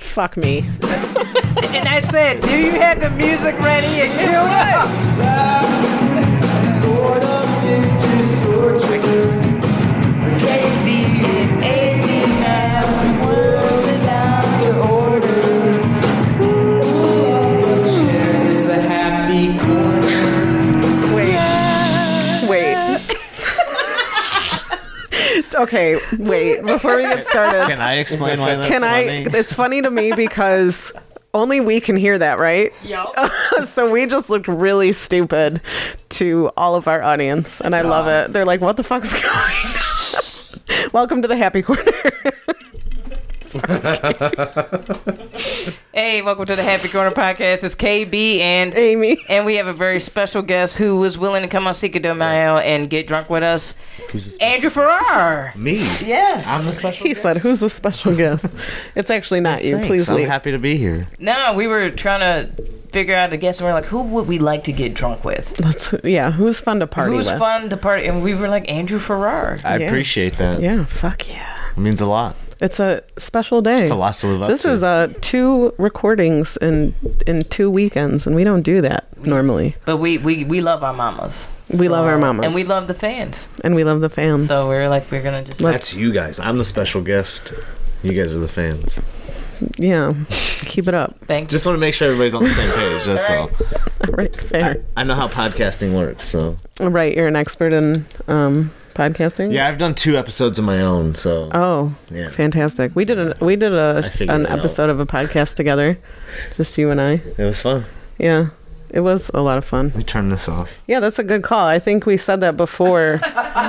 fuck me. And I said, do you have the music ready? And you Wait. Wait. okay, wait. Before we get started, Can I explain why that's can I? funny? It's funny to me because only we can hear that, right? Yep. so we just looked really stupid to all of our audience, and I love it. They're like, "What the fuck's going?" on?" Welcome to the happy corner. Hey, welcome to the Happy Corner Podcast. It's KB and Amy. And we have a very special guest who was willing to come on Seeker de Mayo and get drunk with us. Who's this? Andrew Farrar. Me. Yes. I'm the special. He said, "Who's the special guest?" It's actually not you. Please I'm leave. happy to be here. no, we were trying to figure out a guest and we are like, who would we like to get drunk with? Let's, yeah, who's fun to party Who's with? fun to party? And we were like, Andrew Farrar. I Yeah. appreciate that. Yeah, fuck yeah. It means a lot. It's a special day. It's a lot to live up This to. is uh, two recordings in in two weekends, and we don't do that normally. But we, we, we love our mamas. We love our mamas. And we love the fans. And we love the fans. So we're like, we're going to just. That's you guys. I'm the special guest. You guys are the fans. yeah, keep it up. Thank Just want to make sure everybody's on the same page. That's all. Right, fair. I know how podcasting works, so Right, you're an expert in um, podcasting. yeah, I've done two episodes of my own. So Oh, Yeah. fantastic! We did an we did a I figured an it out. episode of a podcast together, just you and I. it was fun. Yeah, it was a lot of fun. We turned this off. Yeah, that's a good call. I think we said that before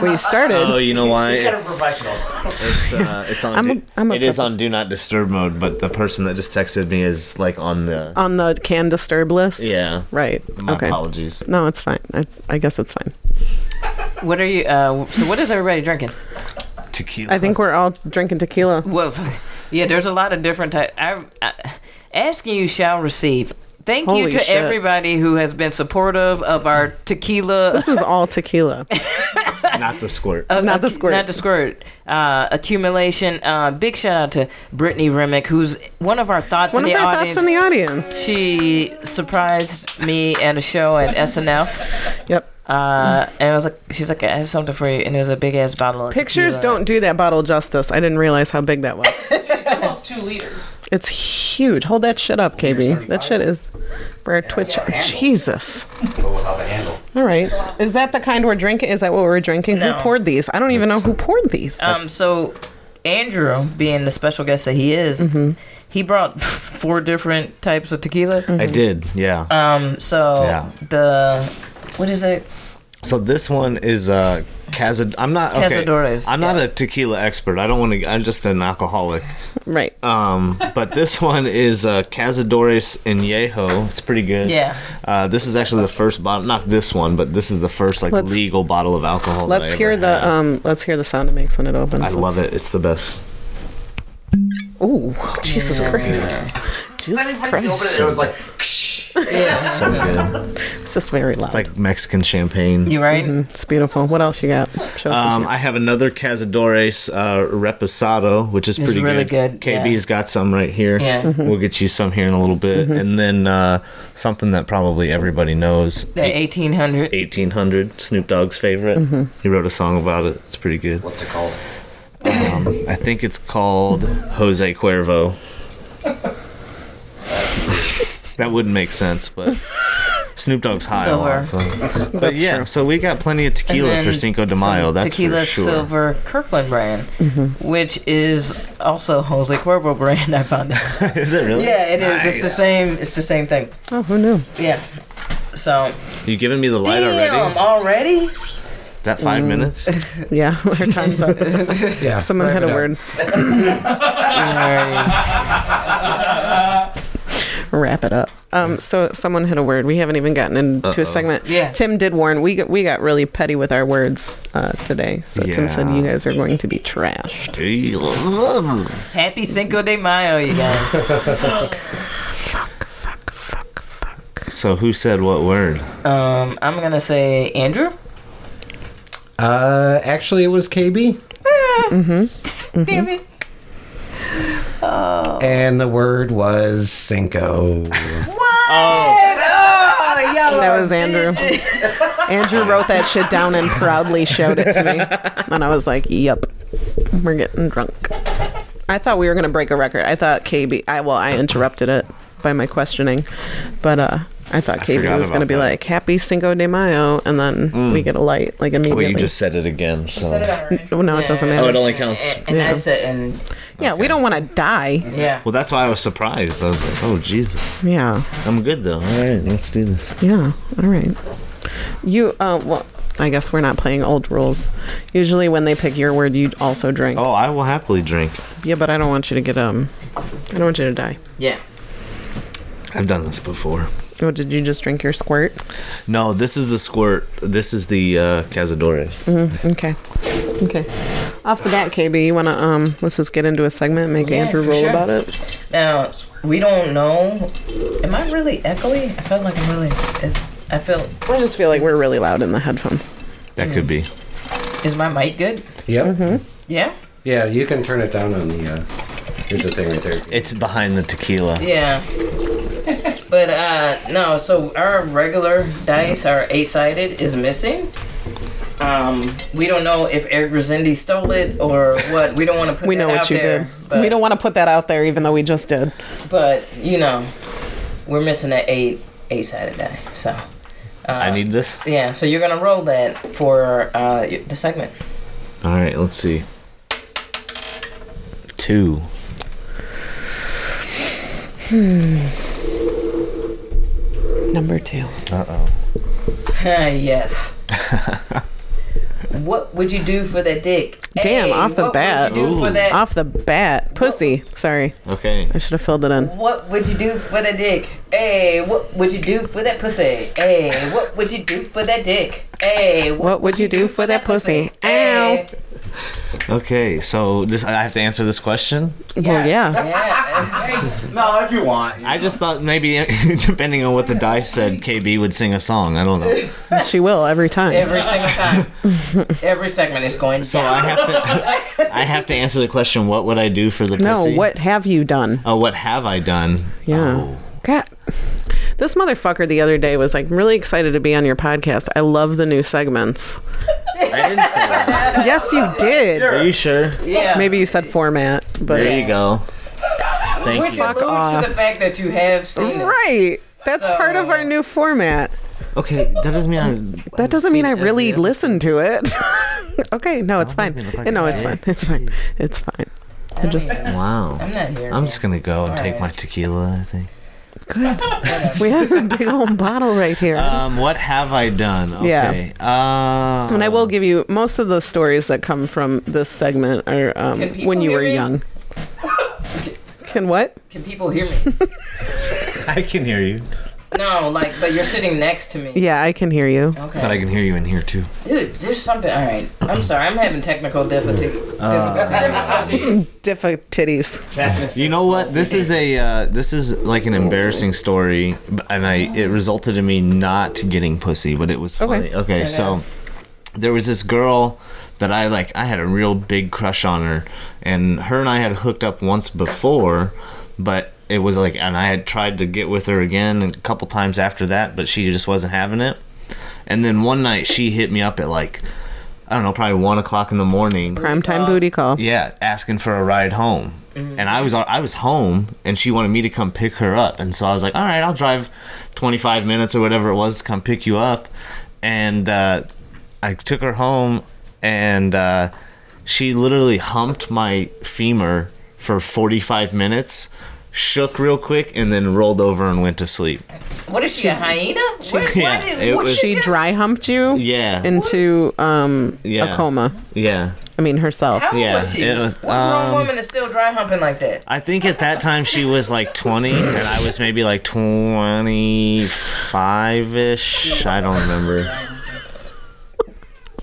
we started. Oh, you know why? It's, professional. it's, uh, it's on. I'm a- do- I'm a it is prof- on do not disturb mode, but the person that just texted me is like on the. on the can disturb list. yeah. Oh. Right. My okay. apologies. No, it's fine. It's, I guess it's fine. What are you. Uh, so what is everybody drinking? Tequila. I think we're all drinking tequila. Well, yeah, there's a lot of different types. I, I, asking you shall receive. Thank Holy you to shit. everybody who has been supportive of our tequila, This is all tequila. not the squirt. uh, not the accu- squirt. not the squirt, uh, accumulation. Uh, big shout out to Brittany Remick, who's one of our thoughts One in of the our audience. thoughts in the audience. she surprised me at a show at SNF, Yep. uh, and I was like, "She's like, I have something for you," and it was a big ass bottle. Of Pictures tequila. don't do that bottle justice. I didn't realize how big that was. It's almost two liters. it's huge. Hold that shit up, KB. That shit is for our Twitch. got a handle. Jesus. But without the handle. All right. Is that the kind we're drinking? Is that what we're drinking? No. Who poured these? I don't even know who poured these. Um, so Andrew, being the special guest that he is, he brought four different types of tequila. I did. Yeah. Um, so Yeah. the what is it? So this one is uh Casa. I'm not okay. Cazadores, I'm not a tequila expert. I don't want to. I'm just an alcoholic. right. Um, but this one is uh, Cazadores and Yeho. It's pretty good. Yeah. Uh, this is actually the first bottle. Not this one, but this is the first like Let's- legal bottle of alcohol. that Let's I hear ever the had. um. Let's hear the sound it makes when it opens. I love it. It's the best. Ooh, Jesus Christ! Jesus Christ! It was like So good. It's just very loud. It's like Mexican champagne. You right? It's beautiful. What else you got? Show us Um, I have another Cazadores uh, Reposado, which is pretty really good, KB's got some right here. Yeah. Mhm. We'll get you some here in a little bit. And then uh, something that probably everybody knows The eighteen hundred. 1800, Snoop Dogg's favorite. Mm-hmm. He wrote a song about it. It's pretty good. Um, what's it called? I think it's called Jose Cuervo. that wouldn't make sense, but Snoop Dogg's high a lot. so- But yeah, so we got plenty of tequila for Cinco de Mayo. That's tequila for sure. Silver Kirkland brand, which is also Jose Cuervo brand. I found out. Is it really? yeah, it is. It's the same. It's the same thing. your- oh, who knew? Yeah. So You giving me the light damn Mm. already? already. That five minutes? Yeah, our time's up. Yeah. Someone had a word. Wrap it up. Um, so someone had a word. We haven't even gotten into a segment. Yeah. Tim did warn. We got, we got really petty with our words uh, today. So Tim said Yeah. you guys are going to be trashed. Happy Cinco de Mayo, you guys. so who said what word? Um, I'm gonna say Andrew. Mm-hmm. Uh, actually, it was KB. Damn it. Oh. Whoa. And the word was Cinco. Oh, y'all That are was Andrew. bitches. Andrew wrote that shit down and proudly showed it to me. And I was like, yep, we're getting drunk. I thought we were going to break a record. I thought KB, I well, I interrupted it by my questioning. But uh, I thought KB forgot was going to about be that. Mm. like, happy Cinco de Mayo. And then we get a light, like immediately. Well, you just said it again, so. Oh, no, it doesn't Yeah. matter. Oh, it only counts. And, and I Yeah. said, and yeah, we don't want to die. yeah. Well, that's why I was surprised. I was like, oh, Jesus. Yeah. I'm good, though. All right, let's do this. Yeah. All right. You, uh, well, I guess we're not playing old rules. Usually when they pick your word, you also drink. Oh, I will happily drink. Yeah, but I don't want you to get, um, I don't want you to die. Yeah. I've done this before. Oh, did you just drink your squirt? No, this is the squirt. This is the uh, Cazadores. Mm-hmm. Okay. Okay. Off the bat, KB, you wanna um let's just get into a segment and make Yeah, Andrew for roll sure. about it. Now, we don't know. Am I really echoey? I felt like I'm really. Is, I feel. I just feel like we're really loud in the headphones. That could be. Is my mic good? Yep. Yeah? Yeah, you can turn it down on the. Uh, here's the thing right there. It's behind the tequila. Yeah. but uh no, so our regular dice, our eight sided, is missing. Um, we don't know if Eric Rosindi stole it or what. We don't want to put We that know out what you there, did. But, we don't want to put that out there, even though we just did. But you know, we're missing an eight eight sided die. So I need this. yeah, so you're gonna roll that for uh y- the segment. All right, let's see. Two. Number two. yes. what would you do for that dick? Damn, off the what bat. Would you do for Ooh. that? Off the bat, pussy. Sorry, Okay. I should have filled it in. What would you do for that dick? Hey, what would you do for that pussy? Hey, what would you do for that dick? Hey, What would you do for that pussy? Hey. Okay, so this I have to answer this question. Well, yeah. Yeah. No, if you want. I just thought maybe depending on what the dice said, KB would sing a song. I don't know. She will every time. Every single time. Every segment is going So down. I have to I have to answer the question. What would I do for the no, pussy? what have you done? Oh, what have I done? Yeah. Oh. God. This motherfucker the other day was like, I'm really excited to be on your podcast. I love the new segments. I didn't say that. yes, you did. Are you sure? yeah. Maybe you said format, but There you go. Thank Which you. alludes off. to the fact that you have seen it. Right. That's So- part of our new format. Okay, that doesn't mean I, That doesn't mean I really listened to it. okay, no, it's fine. make me look like no, an it's fine. idiot. It's fine. It's fine. I just- just, I'm Wow. not here. I'm just man. gonna go and take right. my tequila. I think. Good. we have a big old bottle right here. Um, what have I done? Yeah. Okay. Uh, and I will give you most of the stories that come from this segment are um, Can people when you hear were me? young. Can what? Can people hear me? I can hear you, no, like, but you're sitting next to me. Yeah, I can hear you. Okay. but I can hear you in here too. Dude, there's something. All right. I'm sorry. I'm having technical difficulty. difficulties. Diffa titties. You know what? This is a uh, this is like an embarrassing story, b- and I it resulted in me not getting pussy, but it was funny. Okay. Okay, so there was this girl that I like. I had a real big crush on her, and her and I had hooked up once before, but it was like, and I had tried to get with her again a couple times after that, but she just wasn't having it. And then one night she hit me up at like I don't know, probably one o'clock in the morning. Primetime booty call. Yeah, asking for a ride home. And I was I was home, and she wanted me to come pick her up. And so I was like, "All right, I'll drive 25 minutes or whatever it was to come pick you up." And uh, I took her home, and uh, she literally humped my femur for 45 minutes, shook real quick, and then rolled over and went to sleep. What is she, a hyena? What- yeah, what it what was- She just- dry humped you Yeah, into um, Yeah. a coma. yeah. I mean, herself. How old Yeah, was she? it was- what grown um, woman is still dry humping like that? I think at that time she was like 20, and I was maybe like 25 ish. I don't remember.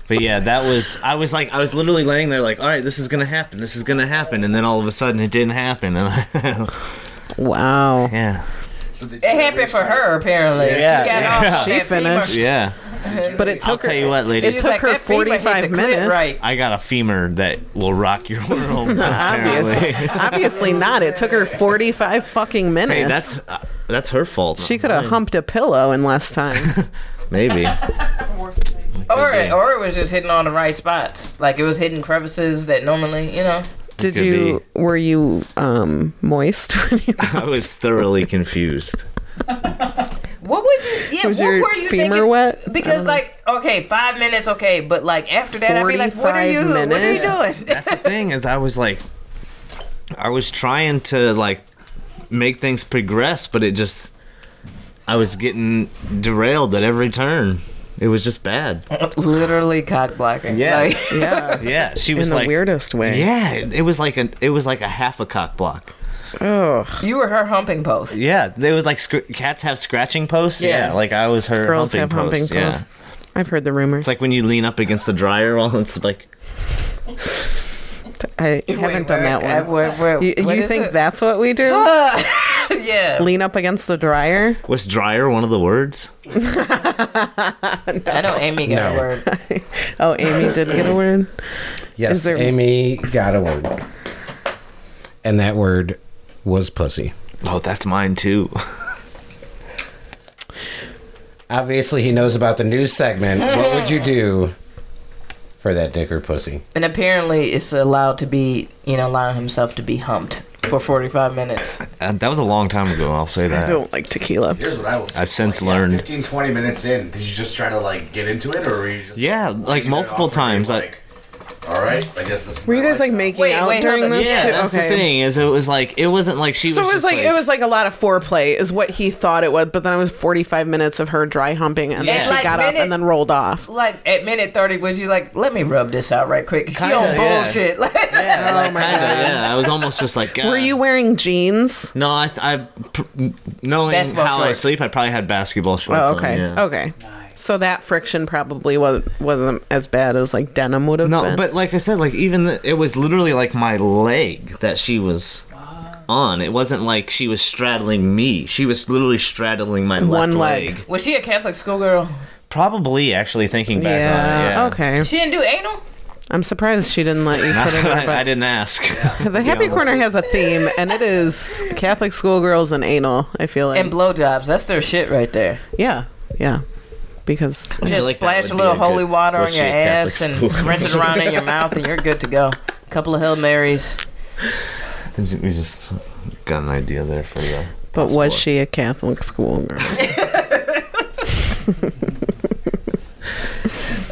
But yeah, that was. I was like, I was literally laying there, like, all right, this is gonna happen, this is gonna happen, and then all of a sudden it didn't happen, and I, Wow. yeah, It happened for her apparently. Yeah, she got yeah. off. She that femur. finished. yeah. But it took I'll her. tell you what, it ladies. took her "That femur hit 45 the clit minutes. Right. I got a femur that will rock your world. apparently. Obviously, obviously not. It took her 45 fucking minutes. Hey, that's uh, that's her fault. she could have humped a pillow in less time. Maybe. Or, or it was just hitting all the right spots. Like it was hitting crevices that normally, you know. Did could you? Were you um, moist? When you, I was thoroughly confused. What was it? Yeah, Was what your were you femur thinking? wet? Because like, okay, five minutes, okay, but like after that, I'd be like, what are 45 you? What are you minutes. doing? That's the thing is I was like, I was trying to like make things progress, but it just, I was getting derailed at every turn. It was just bad. Literally cock blocking. Yeah. Like, yeah, Yeah, she in was the like, weirdest way. yeah, it, it was like an, it was like a half a cock block. Oh, you were her humping post. Yeah, it was like scr- cats have scratching posts. Yeah. Yeah, like I was her girls have humping humping post, yeah. posts. I've heard the rumors. It's like when you lean up against the dryer while it's like I Wait, haven't done where- that one. uh, where- where- you what you is think it? that's what we do? Yeah. Lean up against the dryer. was dryer one of the words? I know Amy got No. a word. Oh, Amy did get a word. Yes, Is there- Amy got a word. And that word was pussy. Oh, that's mine too. Obviously, he knows about the news segment. What would you do for that dick or pussy? And apparently, it's allowed to be, you know, allowing himself to be humped for 45 minutes. Uh, that was a long time ago. I'll say I that. don't like tequila. Here's what I will say. I've since Like, yeah, learned. 15, 20 minutes in, did you just try to like get into it, or were you just Yeah, like leaving it multiple off, or were you, times, I- Like, all right, I guess this. is Were you my guys life like now." making Wait, out wait, hold during on. this? Yeah, too? that's okay. the thing. Is it was like it wasn't like she So was. it was just like, it was like a lot of foreplay is what he thought it was, but then it was 45 minutes of her dry humping and Yeah. then she Like got up minute- and then rolled off. Like, at minute 30, was you like, let me rub this out right quick? She Kinda, on yeah. bullshit. Like, Yeah, Oh like, kinda, yeah. I was almost just like. God. Were you wearing jeans? No, I, I pr- knowing Basketball how I shorts. sleep, I probably had basketball shorts. Oh, okay. On, yeah. Okay. So that friction probably was, wasn't as bad as like denim would have No, been. but like I said, like even the, it was literally like my leg that she was on. It wasn't like she was straddling me. She was literally straddling my left One leg. leg. Was she a Catholic schoolgirl? Probably actually thinking back on it. yeah, Yeah. Okay. She didn't do anal? I'm surprised she didn't let you Not put it in that her I, I butt. didn't ask. The Happy Corner has a theme, and it is Catholic schoolgirls and anal. I feel like. And blowjobs. That's their shit right there. yeah, yeah. Because I feel Just like that splash a would be little a good- holy water on was your she a Catholic ass and school? rinse it around in your mouth, and you're good to go. couple of Hail Marys. we just got an idea there for you. But was she a Catholic schoolgirl?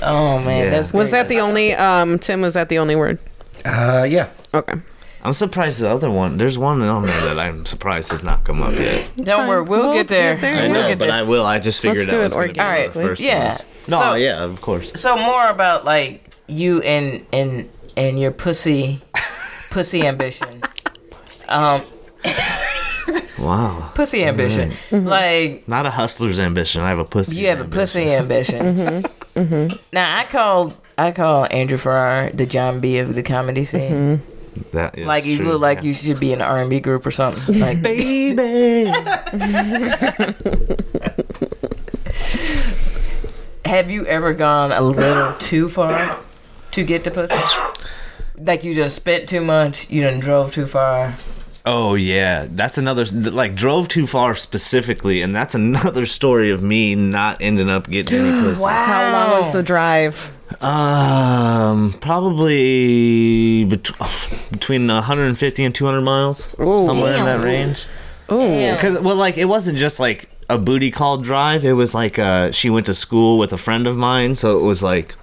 Oh, man. Yeah. That's Was great. that the only um Tim was that the only word? Uh, yeah. Okay. I'm surprised the other one. There's one on there that I'm surprised has not come up yet. Don't worry, fine. we'll, We'll get get there. there, I We'll know, get but there. I will. I just figured Let's do that it was going to be one of the organically. first Yeah. ones. No, So- yeah, of course. So more about like you and and and your pussy pussy ambition. Um Wow, pussy ambition. Mm-hmm. Like not a hustler's ambition. I have a pussy. you have a pussy ambition. Mm-hmm. Now I call I call Andrew Farrar the John B of the comedy scene. Mm-hmm. That is Like you true, look like yeah. you should be in an R and B group or something. Like baby. have you ever gone a little too far to get the pussy? Like you just spent too much, you done drove too far. oh yeah, that's another like drove too far specifically, and that's another story of me not ending up getting any pussy. How long was the drive? Um, probably bet- between 150 and 200 miles, Ooh. somewhere in that range. Ooh. Because well, like it wasn't just like a booty call drive. It was like uh, she went to school with a friend of mine, so it was like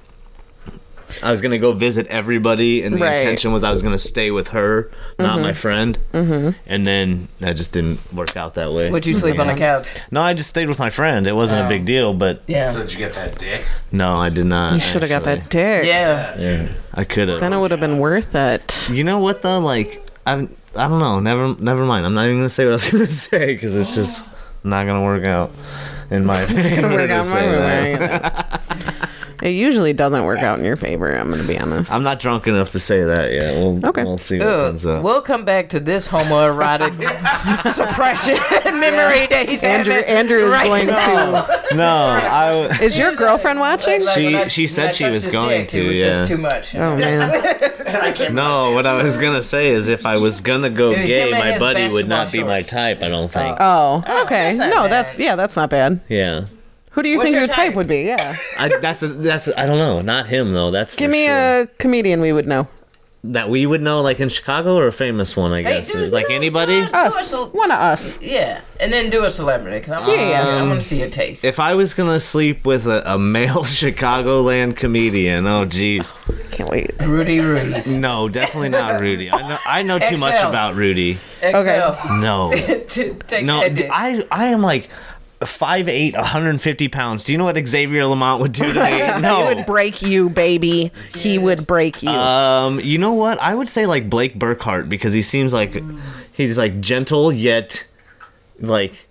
I was gonna go visit everybody, and the Right. intention was I was gonna stay with her, not my friend. Mm-hmm. And then that just didn't work out that way. Would you sleep on the couch? No, I just stayed with my friend. It wasn't a big deal, but Yeah. So did you get that dick? no, I did not. You should have got that dick. yeah. Yeah, I could have. Then it would have been worth it. You know what though? Like I, I don't know. Never, never mind. I'm not even gonna say what I was gonna say because it's just not gonna work out in my favor. Work to out my say that. way. It usually doesn't work out in your favor. I'm gonna be honest. I'm not drunk enough to say that yet. We'll, Okay. we'll see what Ugh, comes up. we'll come back to this homoerotic suppression memory that he's Andrew, having Andrew is right going now. to. no, I. w- Is your girlfriend watching? Like, when She- I- she when said I she touched was his going dick, It to, was yeah. just too much. Oh man, No, what I was gonna say is if I was gonna go him and gay, my his buddy would not be basketball my shorts. type. I don't think. Oh, okay. that's not no, bad. that's yeah, that's not bad. yeah, Who do you What's think your your, type? type? would be? Yeah. I, that's a, that's a, I don't know. Not him though. That's for Give me sure. a comedian we would know. that we would know, like in Chicago, or a famous one. I guess dude, like no, anybody. God. Us, one of us. Yeah, and then do a celebrity. 'cause I wanna, Yeah, yeah. I want to see your taste. If I was gonna sleep with a, a male Chicagoland comedian, oh jeez, Can't wait. Rudy Ruiz. no, definitely not Rudy. I know I know too much XL. about Rudy. Excel. No, to take no, that d- dick. I I am like. 5'8", 150 pounds. Do you know what Xavier Lamont would do to me? No. He would break you, baby. He would break you. Um, you know what? I would say like Blake Burkhart because he seems like he's like gentle yet like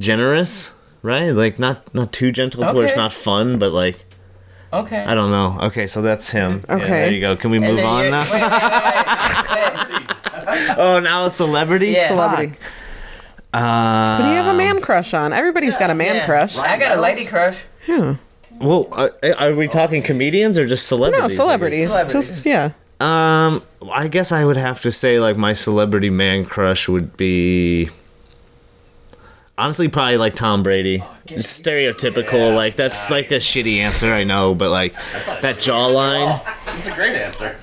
generous, right? Like not not too gentle to where it's Okay. not fun, but like okay. I don't know. Okay, so that's him. Yeah, Okay. there you go. Can we And move then on you're- now? Wait, wait, wait. oh, now a celebrity. Yeah. Celebrity. Uh, Who do you have a man crush on? Everybody's got a man Yeah. crush. I got a lady crush. well, uh, are we talking comedians or just celebrities? No, I guess? celebrities. Celebrities. Just yeah. Um, I guess I would have to say like my celebrity man crush would be honestly probably like Tom Brady. Stereotypical, like that's like a shitty answer, I know, but like that jawline, That's a great answer.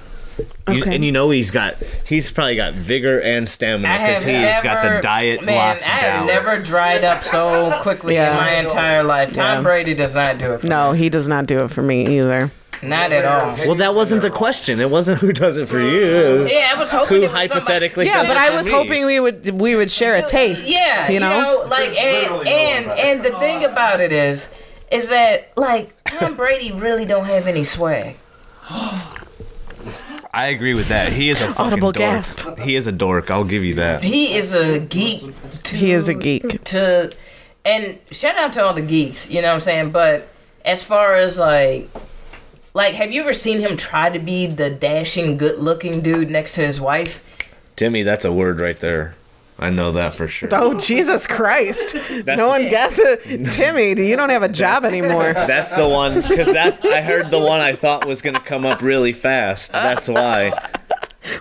you, Okay. and you know he's got he's probably got vigor and stamina I because have never, he's got the diet man, locked I have down. never dried up so quickly Yeah. in my entire life. Tom Yeah. Brady does not do it. For No, he does not do it for me either. me. Not at all. well, that wasn't the question. It wasn't who does it for you. it was Yeah, I was hoping Who it was hypothetically? Yeah, does but it I for was me. hoping we would we would share a taste. Somebody, yeah, you know. like and literally no and one and the thing about it is, is that like Tom Brady really don't have any swag. I agree with that. He is a fucking Audible dork. gasp. He is a dork. I'll give you that. He is a geek. To, He is a geek. To and shout out to all the geeks. You know what I'm saying? But as far as like. Like, have you ever seen him try to be the dashing, good-looking dude next to his wife? Timmy, that's a word right there. I know that for sure. Oh Jesus Christ! no one guesses. Timmy, do you don't have a job anymore? That's the one because that I heard the one I thought was gonna come up really fast. That's why.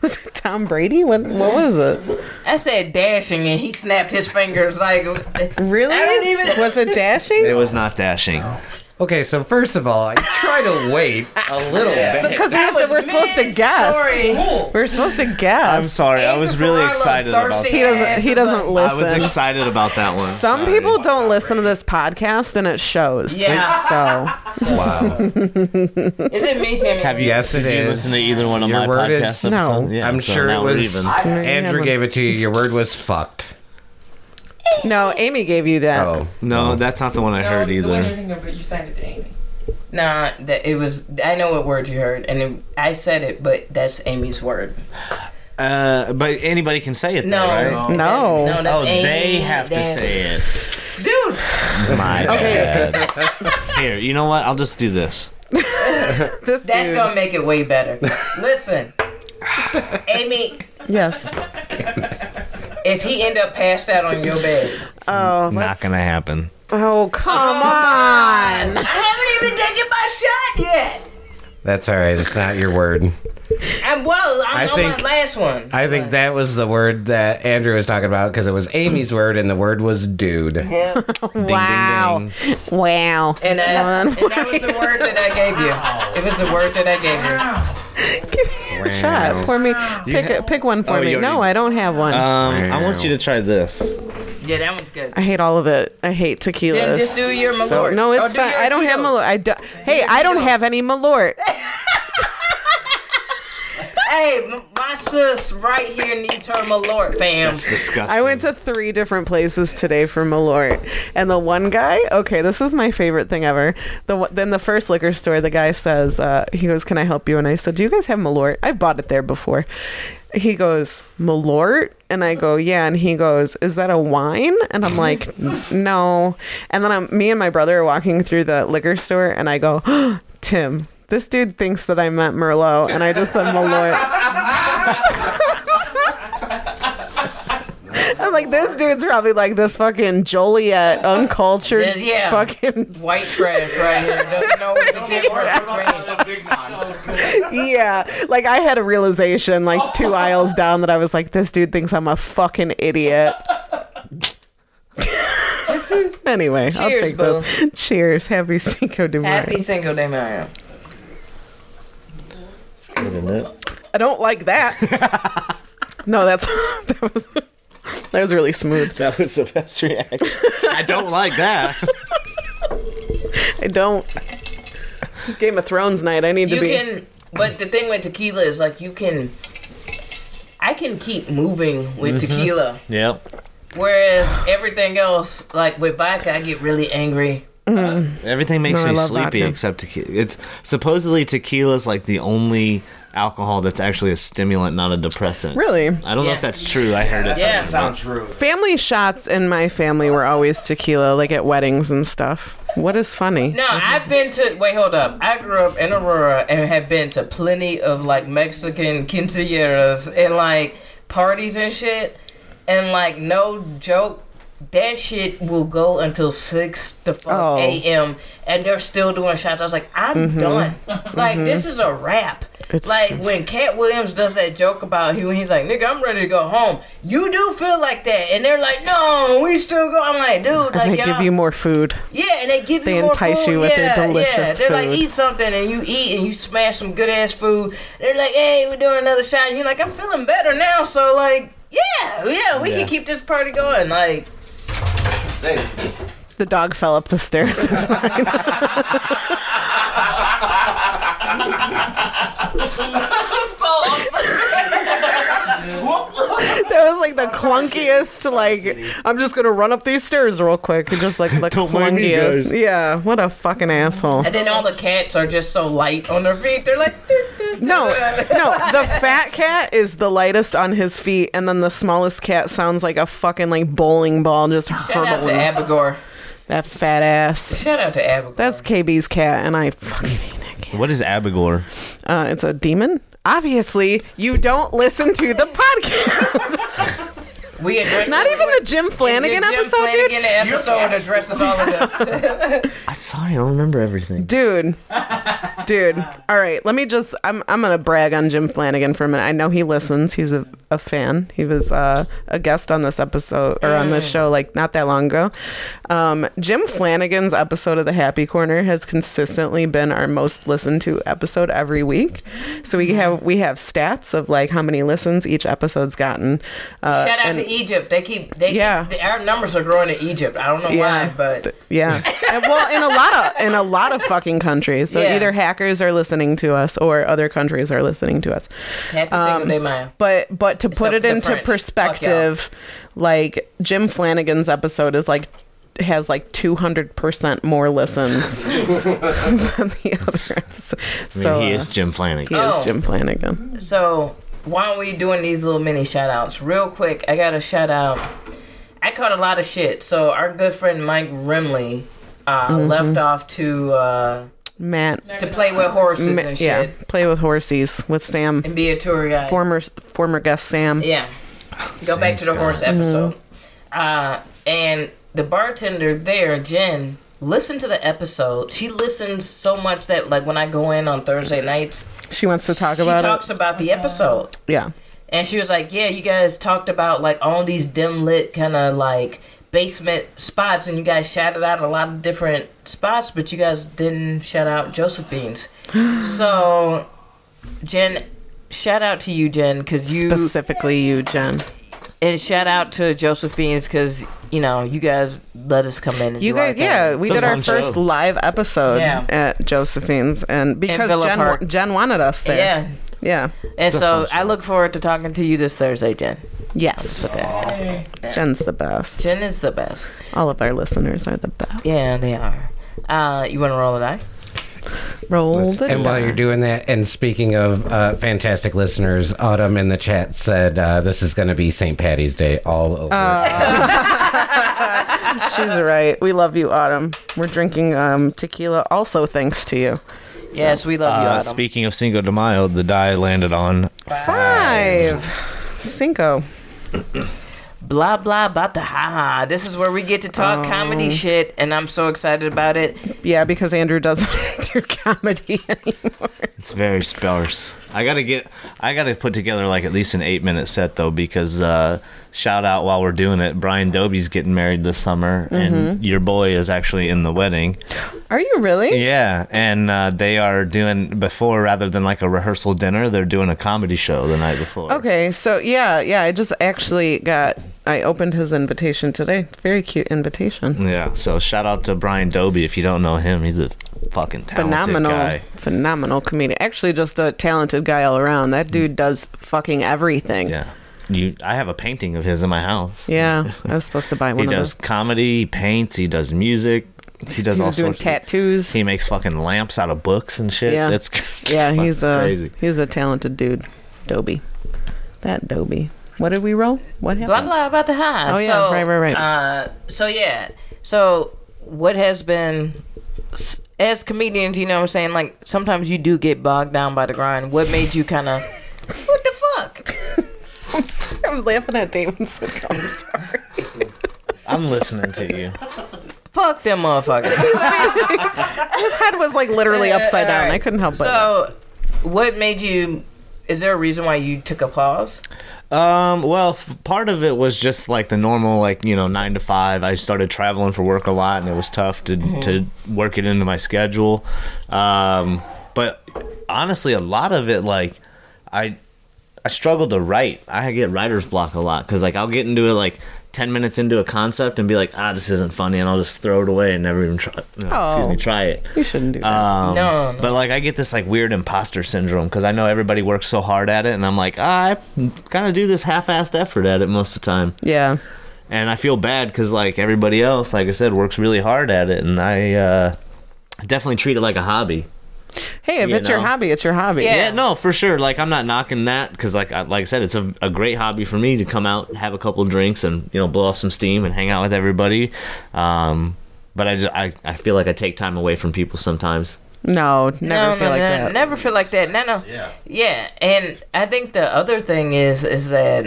Was it Tom Brady? What what was it? I said dashing, and he snapped his fingers like. Really? I don't even. Was it It dashing? was not dashing. Okay, so first of all, I try to wait a little bit. Because we That have to, was we're supposed to mid guess. story. We're supposed to guess. I'm sorry. I was really excited about he that. doesn't. He doesn't I was listen. excited about that one. Some Sorry. people don't listen to this podcast, and it shows. Yeah. So Wow. Is it me, Tammy? Have you? Yes, it did you is. listen to either one of Your my word is- podcast No. episodes? Yeah, I'm so sure now it we're was. Do we Andrew have gave it to you. Your word was fucked. one? No, Amy gave you that. Oh. No, that's not the one I heard the one you're either. thinking of, but you signed it to Amy. Nah, that it was. I know what word you heard, and it, I said it, but that's Amy's word. Uh, but anybody can say it, No, though, right? that's- No. no, that's Oh, Amy. they have to That's- say it. dude. My Okay. bad. Here, you know what? I'll just do this. This That's dude. gonna make it way better. Listen, Amy, Yes. if he end up passed out on your bed, Oh. Not let's- gonna happen. Oh come on. I haven't even taken my shot yet. That's all right. It's not your word. I'm well. I'm I on my think- last one. I think that was the word that Andrew was talking about because it was Amy's word and the word was dude. Wow. Wow. Come and, I, and on. that was the word that I gave you. It was the word that I gave you. Give me a shot. Pour me. Pick a- pick one for Oh, me. you No, already- I don't have one. Um, I want you to try this. Yeah, that one's good. I hate all of it. I hate tequila. Then just do your Malort. no, Or it's do fine. your I don't have Tito's. Malort. I do- hey, I don't have any Malort. Hey, m- my Roxas right here needs her malort, fam. That's disgusting. I went to three different places today for Malort, and the one guy. Okay, this is my favorite thing ever. The one- then the first liquor store, the guy says, uh, he goes, "Can I help you?" And I said, "Do you guys have Malort? I've bought it there before." He goes, Malort? And I go, yeah. And he goes, is that a wine? And I'm like, "N- no. And then I'm, me and my brother are walking through the liquor store, and I go, Tim, this dude thinks that I meant Merlot, and I just said Malort. I'm like, this dude's probably like this fucking Joliet, uncultured, Yes, yeah. fucking White trash right here. Doesn't know the difference between. yeah. Like I had a realization like two aisles down that I was like, this dude thinks I'm a fucking idiot. anyway, I'll Cheers, take those. Cheers. Happy Cinco de Mayo. Happy Cinco de Mayo. I don't like that. no, that's that was that was really smooth. That was the best reaction. I don't like that. I don't. It's Game of Thrones night. I need You to be. can, but the thing with tequila is like you can. I can keep moving with tequila, Yep. whereas everything else, like with vodka, I get really angry. Everything makes No, I me love sleepy vodka. except tequila. It's supposedly tequila's like the only alcohol that's actually a stimulant, not a depressant. really. I don't know Yeah. if that's true. I heard it. Yeah. That sounds true. Family shots in my family were always tequila, like at weddings and stuff. What is funny? No, I've been to. Wait, hold up. I grew up in Aurora and have been to plenty of like Mexican quinceañeras and like parties and shit. And like, no joke, that shit will go until six to Oh. Mm-hmm. five a.m. and they're still doing shots. I was like, I'm done. Like, this is a wrap. It's- like when Cat Williams does that joke about he when he's like, "Nigga, I'm ready to go home." You do feel like that, and they're like, "No, we still go." I'm like, "Dude, like they y'all, give you more food. yeah, and they give you They more entice food. you with their yeah, delicious yeah. They're like, food. eat something, and you eat, and you smash some good ass food. They're like, hey, we're doing another shot. And you're like, I'm feeling better now, so like, yeah, yeah, we Yeah. can keep this party going. Like, The dog fell up the stairs. It's fine. That was like the clunkiest. Like I'm just gonna run up these stairs real quick. and Just like the Don't mind me, clunkiest. guys. Yeah, what a fucking asshole. and then all the cats are just so light on their feet. They're like, "Doo, doo, doo." No, no. The fat cat is the lightest on his feet, and then the smallest cat sounds like a fucking like bowling ball just Shout out to hurtling. Abigor. That fat ass. Shout out to Abigor. That's KB's cat, and I fucking hate that cat. What is Abigor? Uh, it's a demon. Obviously, you don't listen to the podcast. we address Not this even with- the Jim Flanagan Jim episode, Flanagan episode addresses all of this. I'm sorry, I don't remember everything. dude. Dude, dude. All right, let me just. I'm I'm gonna brag on Jim Flanagan for a minute. I know he listens. He's a, a fan. He was uh, a guest on this episode or on Mm. this show like not that long ago. Um, Jim Flanagan's episode of the Happy Corner has consistently been our most listened to episode every week. So Mm. we have we have stats of like how many listens each episode's gotten. Uh, Shout out and- to Egypt. They keep they Yeah. keep, our numbers are growing in Egypt. I don't know why, but th- yeah. And, well, in a lot of in a lot of fucking countries. So Yeah. either hackers are listening to us or other countries are listening to us. happy Um, Cinco de Mayo. But but to Except put it for the into French. Fuck perspective, like Jim Flanagan's episode is like has like 200% more listens than the other episode. I mean, So he uh, is Jim Flanagan. he is Oh. Jim Flanagan. So why aren't we doing these little mini shout outs real quick? I got to shout out. I caught a lot of shit. So our good friend Mike Remley uh, Mm-hmm. left off to uh, Matt to play with horses Ma- and shit yeah, play with horses with Sam, and be a tour guide. former former guest Sam. Yeah. Go back to the horse episode. Uh, and the bartender there, Jen, listened to the episode. She listens so much that, like, when I go in on Thursday nights, She wants to talk she about Oh, talks about the episode. it. Yeah. And she was like, Yeah, you guys talked about, like, all these dim lit kind of, like, basement spots, and you guys shouted out a lot of different spots, but you guys didn't shout out Josephine's. so, Jen. Shout out to you, Jen, because you Specifically you, Jen. and shout out to Josephine's because you know you guys let us come in. And You do our guys, thing. yeah, we It's a did our fun first show. live episode Yeah. at Josephine's, and because Villa Jen, wa- Park. Jen wanted us there. yeah. Yeah. And so I look forward to talking to you this Thursday, Jen. Yes. Jen's the best. Jen is the best. All of our listeners are the best. Yeah, they are. Uh, you want to roll a die? Roll the And while you're die. doing that, and speaking of uh, fantastic listeners, Autumn in the chat said uh, this is going to be St. Patty's Day all over. She's right. We love you, Autumn. We're drinking um, tequila also thanks to you. Yes, we love you, Uh, Autumn. speaking of Cinco de Mayo, the die landed on Five. Cinco. blah blah blah da, ha ha. This is where we get to talk Oh. comedy shit, and I'm so excited about it. Yeah, because Andrew doesn't do comedy anymore. It's very sparse. I gotta get. I gotta put together like at least an eight minute set though, because uh, shout out while we're doing it, Brian Dobie's getting married this summer, Mm-hmm. and your boy is actually in the wedding. Are you really? Yeah, and uh, they are doing before rather than like a rehearsal dinner, they're doing a comedy show the night before. Okay, so yeah, yeah, I just actually got I opened his invitation today. Very cute invitation. Yeah, so shout out to Brian Dobie if you don't know him, he's a fucking talented Phenomenal, guy. phenomenal comedian. Actually, just a talented guy all around. That dude does fucking everything. Mm. Yeah, you. I have a painting of his in my house. Yeah, I was supposed to buy one He of does those. comedy, he paints, he does music, he does He all was doing sorts of- tattoos. He makes fucking lamps out of books and shit. Yeah. It's yeah, he's uh, a crazy. he's a talented dude. Dobie, that Dobie. What did we roll? What Blah happened? blah about the high. Oh, yeah, so, right, right, right. Uh, so yeah, so what has been as comedians, you know, what I'm saying like sometimes you do get bogged down by the grind. What made you kind of What the fuck? I'm, sorry, I'm laughing at David's. I'm sorry. I'm listening to you. fuck them motherfuckers? His head was like literally upside down. I couldn't help it. so, what made you? Is there a reason why you took a pause? Um, well, f- part of it was just like the normal, like you know, nine to five. I started traveling for work a lot, and it was tough to to work it into my schedule. Um, but honestly, a lot of it, like I I struggle to write. I get writer's block a lot because like I'll get into it like. 10 minutes into a concept and be like ah this isn't funny and i'll just throw it away and never even try no, Oh. excuse me try it You shouldn't do that. Um, No, no. But like, I get this like weird imposter syndrome because I know everybody works so hard at it, and I'm like, ah, I kind of do this half-assed effort at it most of the time, yeah. and I feel bad because like everybody else, like I said, works really hard at it, and I uh, definitely treat it like a hobby. Hey, if you it's your know. hobby, it's your hobby. Yeah. Yeah, no, for sure. Like I'm not knocking that because, like, I, like I said, it's a, a great hobby for me to come out, have a couple drinks, and you know, blow off some steam and hang out with everybody. Um, but I just I, I feel like I take time away from people sometimes. No, never no, feel no, like no, that. Never feel like that. No, no. Yeah. Yeah, and I think the other thing is is that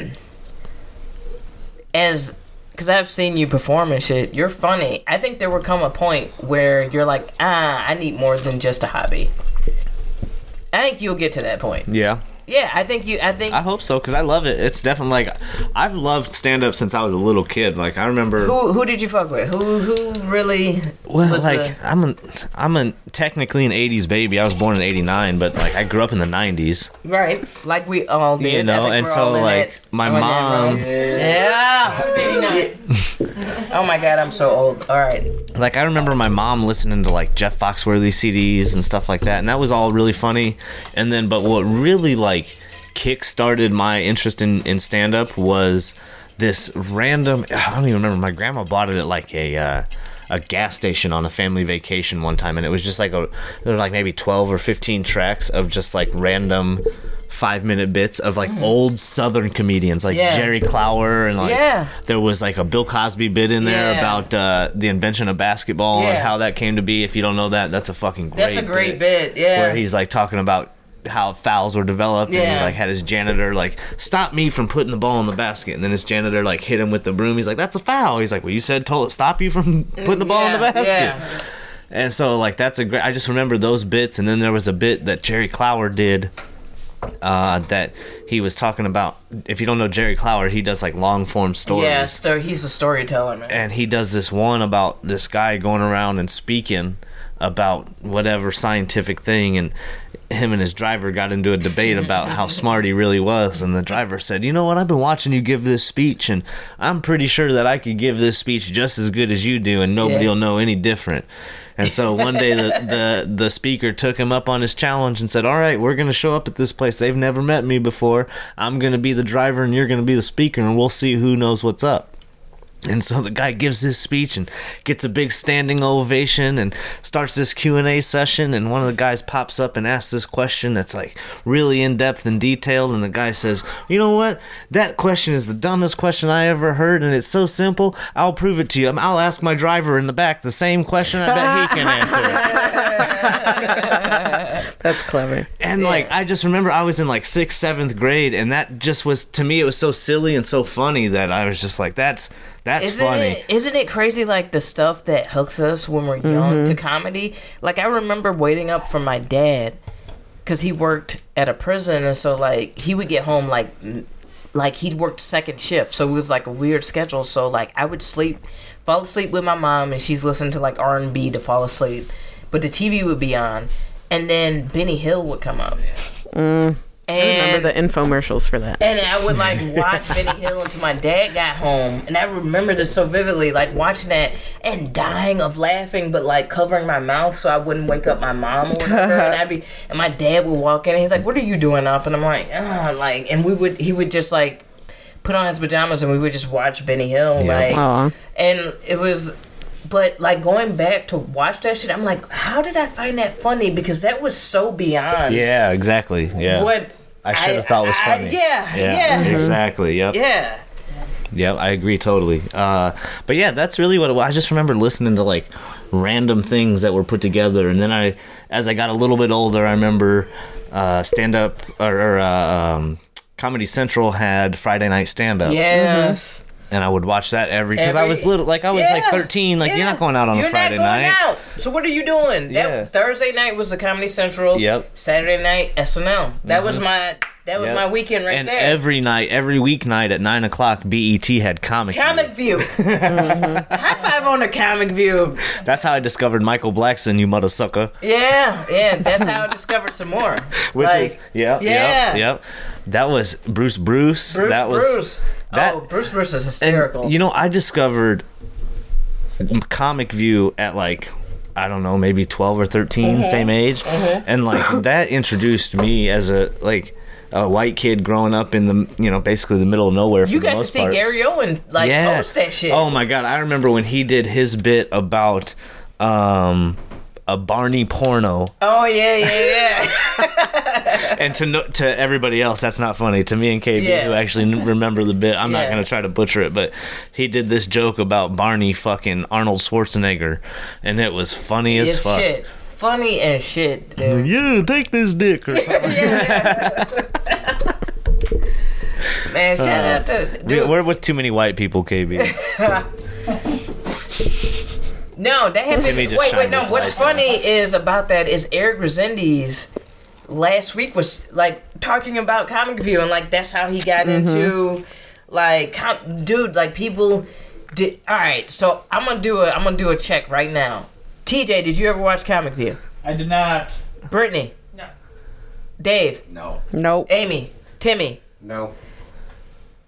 as because I've seen you perform and shit, you're funny. I think there will come a point where you're like, ah, I need more than just a hobby. I think you'll get to that point. Yeah, Yeah, I think you. I think I hope so because I love it. It's definitely like I've loved stand up since I was a little kid. Like I remember. who who did you fuck with? Who who really? well, was like the- I'm an I'm an technically an '80s baby. I was born in '89, but like I grew up in the '90s. right, like we all did. You I know, think and we're so all in like that- my all in that mom. room. yeah. Oh my god, I'm so old. All right. like I remember my mom listening to like Jeff Foxworthy CDs and stuff like that, and that was all really funny. And then, but what really like kick started my interest in in stand up was this random. I don't even remember. My grandma bought it at like a. Uh, a gas station on a family vacation one time, and it was just like a there were like maybe twelve or fifteen tracks of just like random five minute bits of like old Southern comedians like Mm. Yeah. Jerry Clower and like Yeah. there was like a Bill Cosby bit in there Yeah. about uh, the invention of basketball and Yeah. how that came to be. If you don't know that, that's a fucking great That's a great bit. Yeah. Where he's like talking about how fouls were developed and Yeah. he like had his janitor like stop me from putting the ball in the basket and then his janitor like hit him with the broom he's like that's a foul he's like well you said told stop you from putting the ball in the Mm, Yeah, basket yeah. and so like that's a great i just remember those bits and then there was a bit that jerry clower did uh, that he was talking about if you don't know jerry clower he does like long form stories Yeah, so he's a storyteller, man. and he does this one about this guy going around and speaking about whatever scientific thing and him and his driver got into a debate about how smart he really was, and the driver said, "You know what? I've been watching you give this speech, and I'm pretty sure that I could give this speech just as good as you do, and nobody'll Yeah. know any different." And so one day the, the the speaker took him up on his challenge and said, "All right, we're going to show up at this place. They've never met me before. I'm going to be the driver, and you're going to be the speaker, and we'll see who knows what's up." And so the guy gives his speech and gets a big standing ovation and starts this Q&A session and one of the guys pops up and asks this question that's like really in depth and detailed and the guy says, "You know what? That question is the dumbest question I ever heard and it's so simple. I'll prove it to you. I'll ask my driver in the back the same question. I bet he can answer it." That's clever. And like I just remember I was in like 6th, 7th grade and that just was to me it was so silly and so funny that I was just like that's that's Isn't funny. it, isn't it crazy like the stuff that hooks us when we're young Mm-hmm. to comedy? Like I remember waiting up for my dad because he worked at a prison, and so like he would get home like n- like he'd worked second shift, so it was like a weird schedule. So like I would sleep, fall asleep with my mom, and she's listening to like R and B to fall asleep, but the TV would be on, and then Benny Hill would come up. Mm. And Remember the infomercials for that. and I would like watch Benny Hill until my dad got home. And I remember this so vividly, like watching that and dying of laughing, but like covering my mouth so I wouldn't wake up my mom or whatever. and I'd be, and my dad would walk in and he's like, "What are you doing up?" And I'm like, "Ah, like." And we would, he would just like put on his pajamas and we would just watch Benny Hill, like, Aw. and it was. But like going back to watch that shit, I'm like, how did I find that funny? Because that was so beyond Yeah, exactly. Yeah. what I should have thought it was I- I- funny. yeah, Yeah. yeah. Exactly. Yep. Yeah. Yep. I agree totally. Uh, but yeah, that's really what it was. I just remember listening to like random things that were put together, and then I, as I got a little bit older, I remember uh, stand up or, or uh, um, Comedy Central had Friday Night Stand Up, Yes. and I would watch that every because I Every- was little, like I was like Yeah. thirteen, like you're Yeah. not going out on You're a Friday not going night. Out. So what are you doing? Yeah. That Thursday night was the Comedy Central. Yep. Mm-hmm. Saturday night SNL. That was my that was Yep. my weekend right and there. every night, every weeknight at nine o'clock, BET had comic. comic View. Mm-hmm. High five on the Comic View. Relief. That's how I discovered Michael Blackson, you mother sucker. Yeah, yeah. That's how I discovered some more. with Like, his yeah yeah yeah. yep that was bruce bruce, Bruce that was Bruce. that- oh, Bruce Bruce is and, hysterical. you know i discovered comic view at like i don't know maybe 12 or 13 Mm-hmm. same age and like that introduced me as a like a white kid growing up in the you know basically the middle of nowhere for you the got to most see part. Gary Owen like host that shit. Oh my god, I remember when he did his bit about um a Barney porno. oh yeah, yeah, yeah. and to no, to everybody else, that's not funny. To me and KB, Yeah. who actually n- remember the bit, I'm not Yeah. gonna try to butcher it. But he did this joke about Barney fucking Arnold Schwarzenegger, and it was funny as it's fuck. shit. Funny as shit, dude. Yeah, take this dick or something. Man, shout out to dude. Uh, We- We're with too many white people, KB. No, that had Timmy been. just Wait, shined wait, no. his What's light funny is about that is Eric Resendiz last week was like talking about Comic View and like that's how he got Mm-hmm. into like com- dude like people did. All right, so I'm gonna do a I'm gonna do a check right now. TJ, did you ever watch Comic View? I did not. Brittany, No. Dave, No. Nope. Amy, Timmy. No.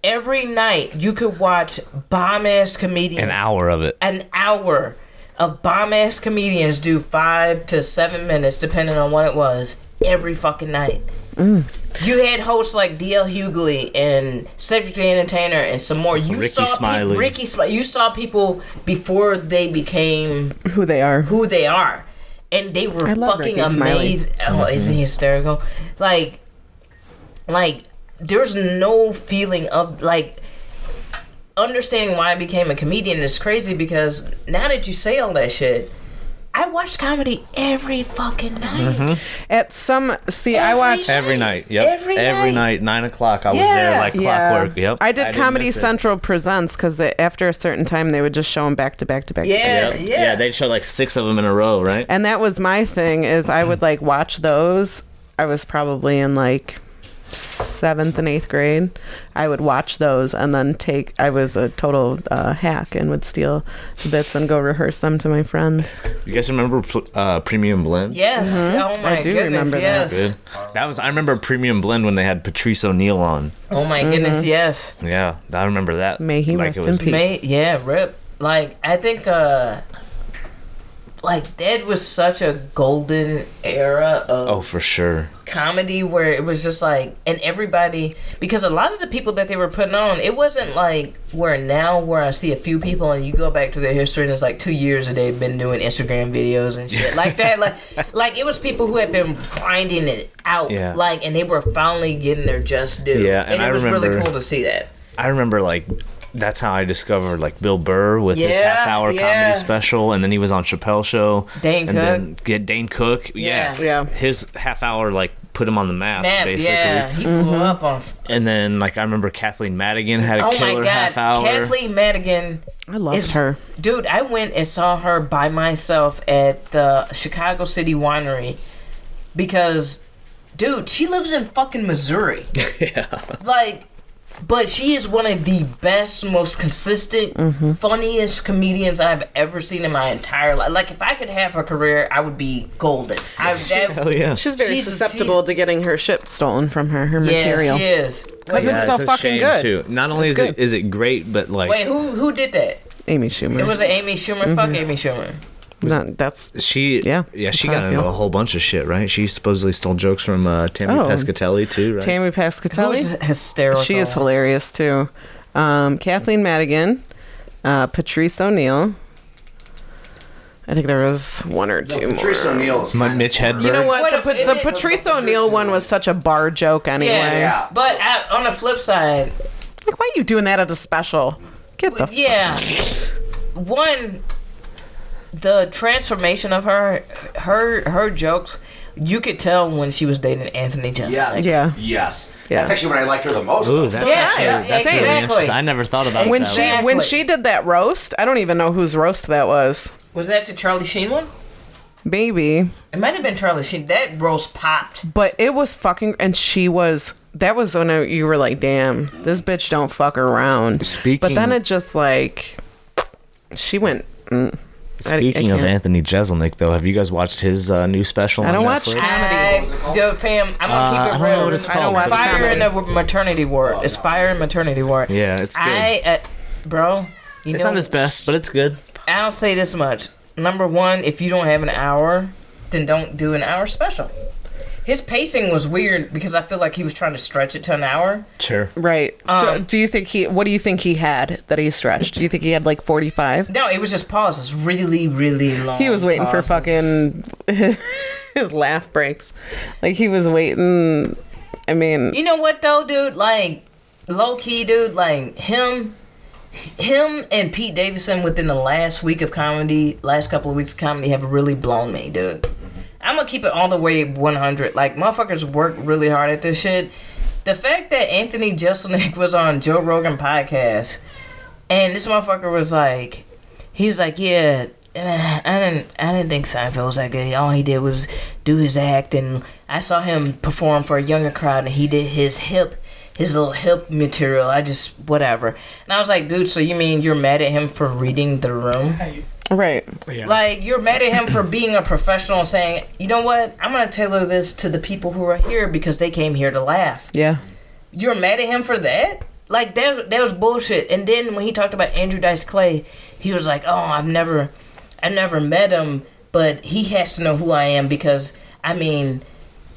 Every night you could watch bomb ass comedians. An hour of it. an hour of bomb ass comedians do five to seven minutes, depending on what it was, every fucking night. You had hosts like DL Hughley and Cedric the Entertainer and some more. You Ricky saw peop- Smiley. Ricky Smiley. You saw people before they became Who they are. who they are, and they were I love fucking Ricky Smiley. Mm-hmm. amazing. Oh, isn't he hysterical? Like, like there's no feeling of like understanding why I became a comedian is crazy because now that you say all that shit. I watch comedy every fucking night. At some see I Every watched Every night. Yep. Every night. Nine o'clock. I was there Yeah. like yeah. clockwork. Yep. uh, I did didn't Comedy miss it. Central presents because after a certain time they would just show them back to back to back. to back. Yeah, Yep. yeah. Yeah. They'd show like six of them in a row, right? and that was my thing is i would like watch those i was probably in like seventh and eighth grade, I would watch those and then take. I was a total uh, hack and would steal the bits and go rehearse them to my friends. You guys remember pl- uh, Premium Blend? Yes. Oh my Mm-hmm. I do goodness. remember that. yes. Good. That was I remember Premium Blend when they had Patrice O'Neill on. Oh my goodness. Mm-hmm. Yes. Yeah, I remember that. May he like rest it was in peace. May yeah, rip. Like I think uh like that was such a golden era of Oh, for sure. comedy where it was just like and everybody because a lot of the people that they were putting on it wasn't like where now where I see a few people and you go back to their history and it's like two years that they've been doing Instagram videos and shit like that like like it was people who had been grinding it out Yeah. like and they were finally getting their just due Yeah, and, and it I was really remember- cool to see that I remember like that's how I discovered like Bill Burr with his Yeah, half hour yeah. comedy special, and then he was on Chappelle Show. Dane Cook. and Then, yeah, Dane Cook. Yeah. Yeah. Yeah. His half hour like put him on the map, Map, basically. Mm-hmm. yeah he blew up on And then like I remember Kathleen Madigan had a Oh my killer god, half hour. Kathleen Madigan I loved is her. Dude, I went and saw her by myself at the Chicago City Winery because, dude, she lives in fucking Missouri. yeah. Like, but she is one of the best, most consistent, Mm-hmm. funniest comedians I've ever seen in my entire life. Like, if I could have her career, I would be golden. I, that's, Hell Oh, yeah. She's very She's- susceptible to getting her shit stolen from her. Her material. Yeah, she is. Cause Wait, it's so fucking good. Not only is it good. is it great, but like wait, who who did that? Amy Schumer. It was it Amy Schumer. Mm-hmm. Fuck Amy Schumer. Not- that's she Yeah, yeah yeah that's she how I got into feel. a whole bunch of shit, right? She supposedly stole jokes from uh, Tammy Oh. Pescatelli too, right? Tammy Who's Pascatelli. hysterical? She is hilarious too. Um, Kathleen Madigan, uh, Patrice O'Neill. I think there was one or two more. Patrice O'Neill is My kind of Mitch boring. Hedberg. You know What what? a- The, it- the it- Patrice O'Neill one was such a bar joke anyway. Yeah, Yeah. but I, on the flip side, Like, why are you doing that at a special? Get the f- yeah, one, the transformation of her, her, her jokes, you could tell when she was dating Anthony Johnson. Yes. Yeah. Yes. Yeah. That's actually when I liked her the most. Ooh, though. that's Yeah, actually, yeah, that's really exactly. interesting. I never thought about when that. she Exactly. when she did that roast. I don't even know whose roast that was. Was that the Charlie Sheen one? Baby, It might have been Charlie Sheen. That roast popped. but it was fucking. And she was. That was when I, you were like, "Damn, this bitch don't fuck around." but Speaking- then it just like she went. Mm, I- I Speaking of can't. Anthony Jeselnik, though, have you guys watched his uh, new special? I on don't watch Netflix? I, dude, fam, I'm gonna Uh, keep it I don't real. know what it's I don't called. watch but it's Fire comedy. in the maternity ward. It's fire in maternity ward. Yeah, it's good. I, uh, bro, you It's know, not his best, but it's good. I'll say this much. Number one, if you don't have an hour, then don't do an hour special. His pacing was weird because I feel like he was trying to stretch it to an hour. Sure. Right. so, do you think he? What do you think he had that he stretched? Do you think he had like forty-five? No, it was just pauses, really, really long. He was waiting for pauses. fucking his laugh breaks. Like he was waiting. I mean, You know what though, dude? Like low key, dude. Like him, him and Pete Davidson within the last week of comedy, last couple of weeks of comedy, have really blown me, dude. I'm gonna keep it all the way 100. Like motherfuckers work really hard at this shit. The fact that Anthony Jeselnik was on Joe Rogan podcast, and this motherfucker was like, he was like, yeah, eh, I didn't, I didn't think Seinfeld was that good. All he did was do his act, and I saw him perform for a younger crowd, and he did his hip, his little hip material. I just whatever, and I was like, dude, so you mean you're mad at him for reading the room? right. Like you're mad at him for being a professional, and saying, you know what, I'm gonna tailor this to the people who are here because they came here to laugh Yeah. you're mad at him for that? Like that that was bullshit. And then when he talked about Andrew Dice Clay, he was like, "Oh, I've never I never met him, but he has to know who I am because I mean,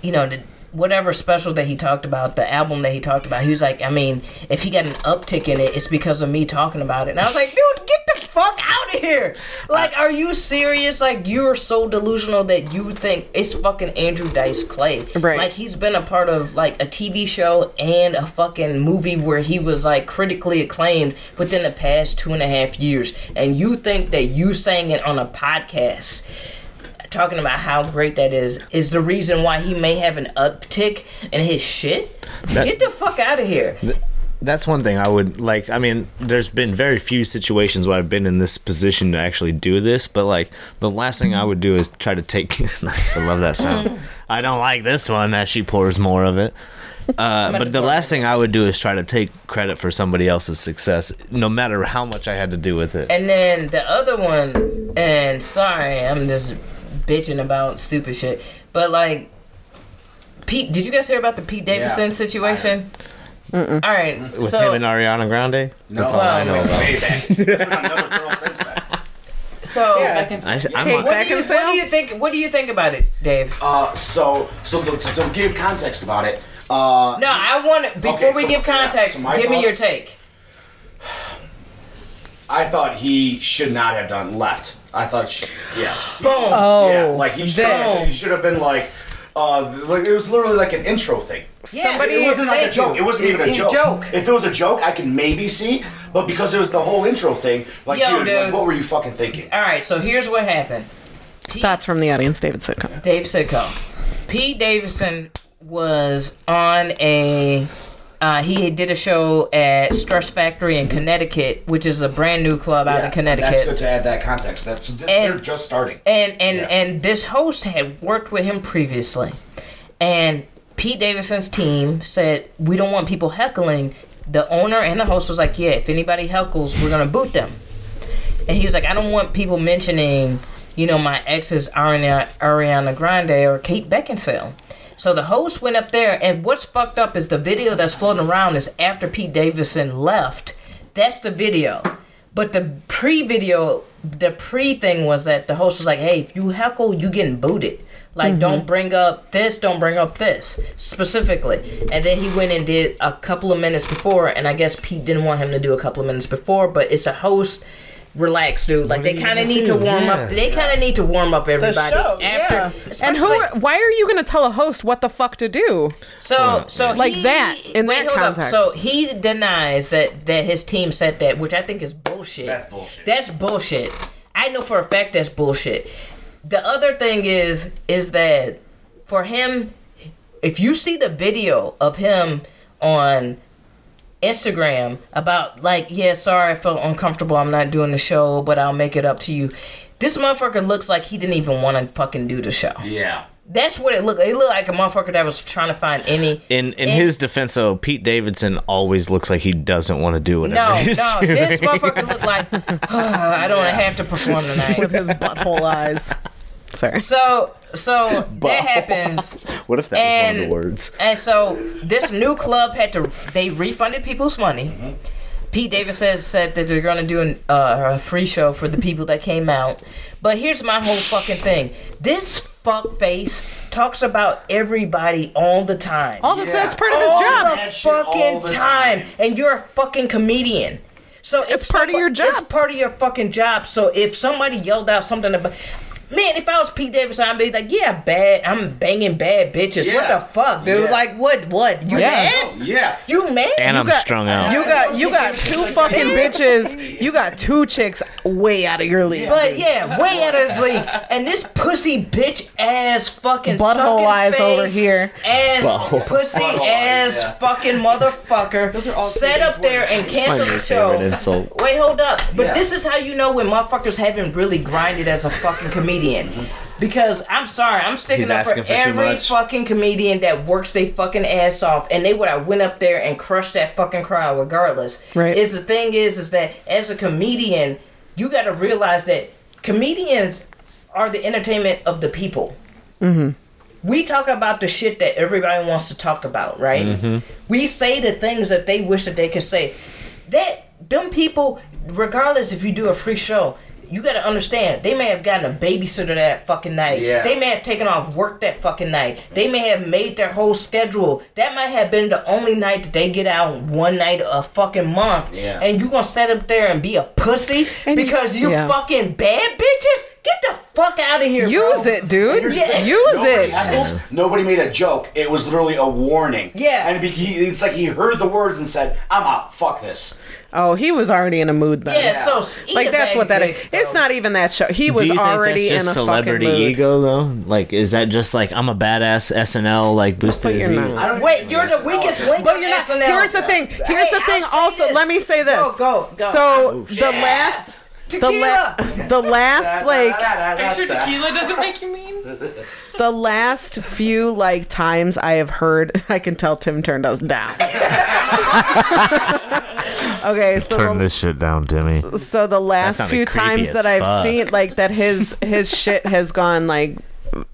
you know, the, whatever special that he talked about, the album that he talked about, he was like, I mean, if he got an uptick in it, it's because of me talking about it. And I was like, dude, get the fuck out of here. Like, are you serious? Like, you're so delusional that you think it's fucking Andrew Dice Clay. Right. Like, he's been a part of, like, a TV show and a fucking movie where he was, like, critically acclaimed within the past two and a half years. And you think that you saying it on a podcast talking about how great that is is the reason why he may have an uptick in his shit. Get the fuck out of here. that's one thing I would like. I mean, there's been very few situations where I've been in this position to actually do this, but like the last thing I would do is try to take. nice, I love that sound. I don't like this one as she pours more of it. Uh, but the last thing I would do is try to take credit for somebody else's success, no matter how much I had to do with it. And then the other one, and sorry, I'm just bitching about stupid shit, but like, Pete, did you guys hear about the Pete Davidson Yeah. situation? All right, With so him and Ariana Grande, that's all Wow. I know about. Way back. There's been another girl since that. so Back in- I, am Kate what, do you, Beckinsale? what do you think? What do you think about it, Dave? Uh, so, so to, to, to give context about it, uh, No, I want to before Okay, we so- give yeah, context. so my give me your thoughts- take. I thought he should not have done left. I thought, sh yeah, Boom. yeah, Oh, like he should, this. he should have been like, uh, like it was literally like an intro thing. somebody- it wasn't like a thank you. joke. It wasn't even a It- joke. joke. If it was a joke, I can maybe see, but because it was the whole intro thing, like, Yo, dude, dude. Like, what were you fucking thinking? All right, so here's what happened. Thoughts from the audience, David Sitcom. Dave Sitko. Pete Davidson was on a. Uh, he did a show at Stress Factory in Connecticut, which is a brand new club out in That's good Connecticut. to add that context. That's they're And- just starting. And and Yeah. and this host had worked with him previously, and Pete Davidson's team said we don't want people heckling. The owner and the host was like, "Yeah, if anybody heckles, we're gonna boot them." and he was like, I don't want people mentioning, you know, my exes Ariana, Ariana Grande or Kate Beckinsale. So the host went up there, and what's fucked up is the video that's floating around is after Pete Davidson left. That's the video. But the pre video, the pre thing was that the host was like, hey, if you heckle, you getting booted. Like, Mm-hmm. don't bring up this, don't bring up this specifically. And then he went and did a couple of minutes before, and I guess Pete didn't want him to do a couple of minutes before, but it's a host relax, dude. Like they kind of need to warm up. Yeah. They kind of need to warm up everybody show, yeah. after. And who? especially- why are you going to tell a host what the fuck to do? So so Like he- that, in that hold up. context. So he denies that that his team said that, which I think is bullshit. That's bullshit. That's bullshit. I know for a fact that's bullshit. The other thing is is that for him, if you see the video of him on Instagram about like, yeah, sorry, I felt uncomfortable. I'm not doing the show, but I'll make it up to you. This motherfucker looks like he didn't even want to fucking do the show. Yeah. That's what it looked. It looked like a motherfucker that was trying to find any. In in his defense, though, Pete Davidson always looks like he doesn't want to do whatever no, no, he's doing. this motherfucker looked like "Ah, I don't have to perform With tonight. his butthole eyes. Sorry. So, so that happens. What if that and was one of the words? And so this new club had to they refunded people's money. Pete Davis says said that they're gonna do an, uh, a free show for the people that came out. But here's my whole fucking thing. This fuckface talks about everybody all the time. All the, Yeah. that's part of his all job. the That shit all fucking the time. time. and you're a fucking comedian. So if It's part of your It's job. part of your fucking job. So if somebody yelled out something about, man, if I was Pete Davidson, I'd be like, yeah, bad. I'm banging bad bitches. What Yeah. the fuck, dude? Yeah. Like, what? What? You Yeah. mad? Yeah. You mad? And You I'm got- strung out. You got you got two fucking bitches. You got two chicks way out of your league. But yeah, way out of his league. And this pussy bitch ass fucking Butthole sucking eyes face, over here. Ass Butthole. pussy Butthole eyes, ass yeah. fucking motherfucker. Those are all sat Satan's up there and my canceled the new show. favorite insult. Wait, hold up. But Yeah. this is how you know when motherfuckers haven't really grinded as a fucking comedian. Because I'm sorry, I'm sticking He's up for, asking for too every much. fucking comedian that works their fucking ass off, and they would have went up there and crushed that fucking crowd regardless. Right. Is the thing is, is that as a comedian, you got to realize that comedians are the entertainment of the people. We talk about the shit that everybody wants to talk about, right? Mm-hmm. We say the things that they wish that they could say. That them people, regardless if you do a free show, you gotta understand they may have gotten a babysitter that fucking night. Yeah. They may have taken off work that fucking night. They may have made their whole schedule. That might have been the only night that they get out one night a fucking month. Yeah. And you gonna sit up there and be a pussy And you- because you yeah. fucking bad bitches? Get the fuck out of here. Use bro. it, dude. Yeah. Use Nobody, it. heckled, nobody made a joke. It was literally a warning. Yeah. And be- he, it's like he heard the words and said, I'm out. Fuck this. Oh, he was already in a mood then. Yeah, so s- eat Like a that's bag what that of is. dicks, It's though. not even that show. He was Do you think already that's just in a fucking celebrity mood. ego though? Like, is that just like I'm a badass SNL like boosted? But you're his ego? not. Wait, you're the weakest link. But oh, you're not. on SNL. Here's the thing. Here's the Hey, thing. I'll Also, say this. let me say this. Go, go, go. Oh, So the last, the la- the last like Make sure tequila doesn't make you mean. the last few like times I have heard, I can tell Tim turned us down. okay, so the, shit down, Timmy. so the last sounded few creepy times as that I've fuck. seen like that his his shit has gone like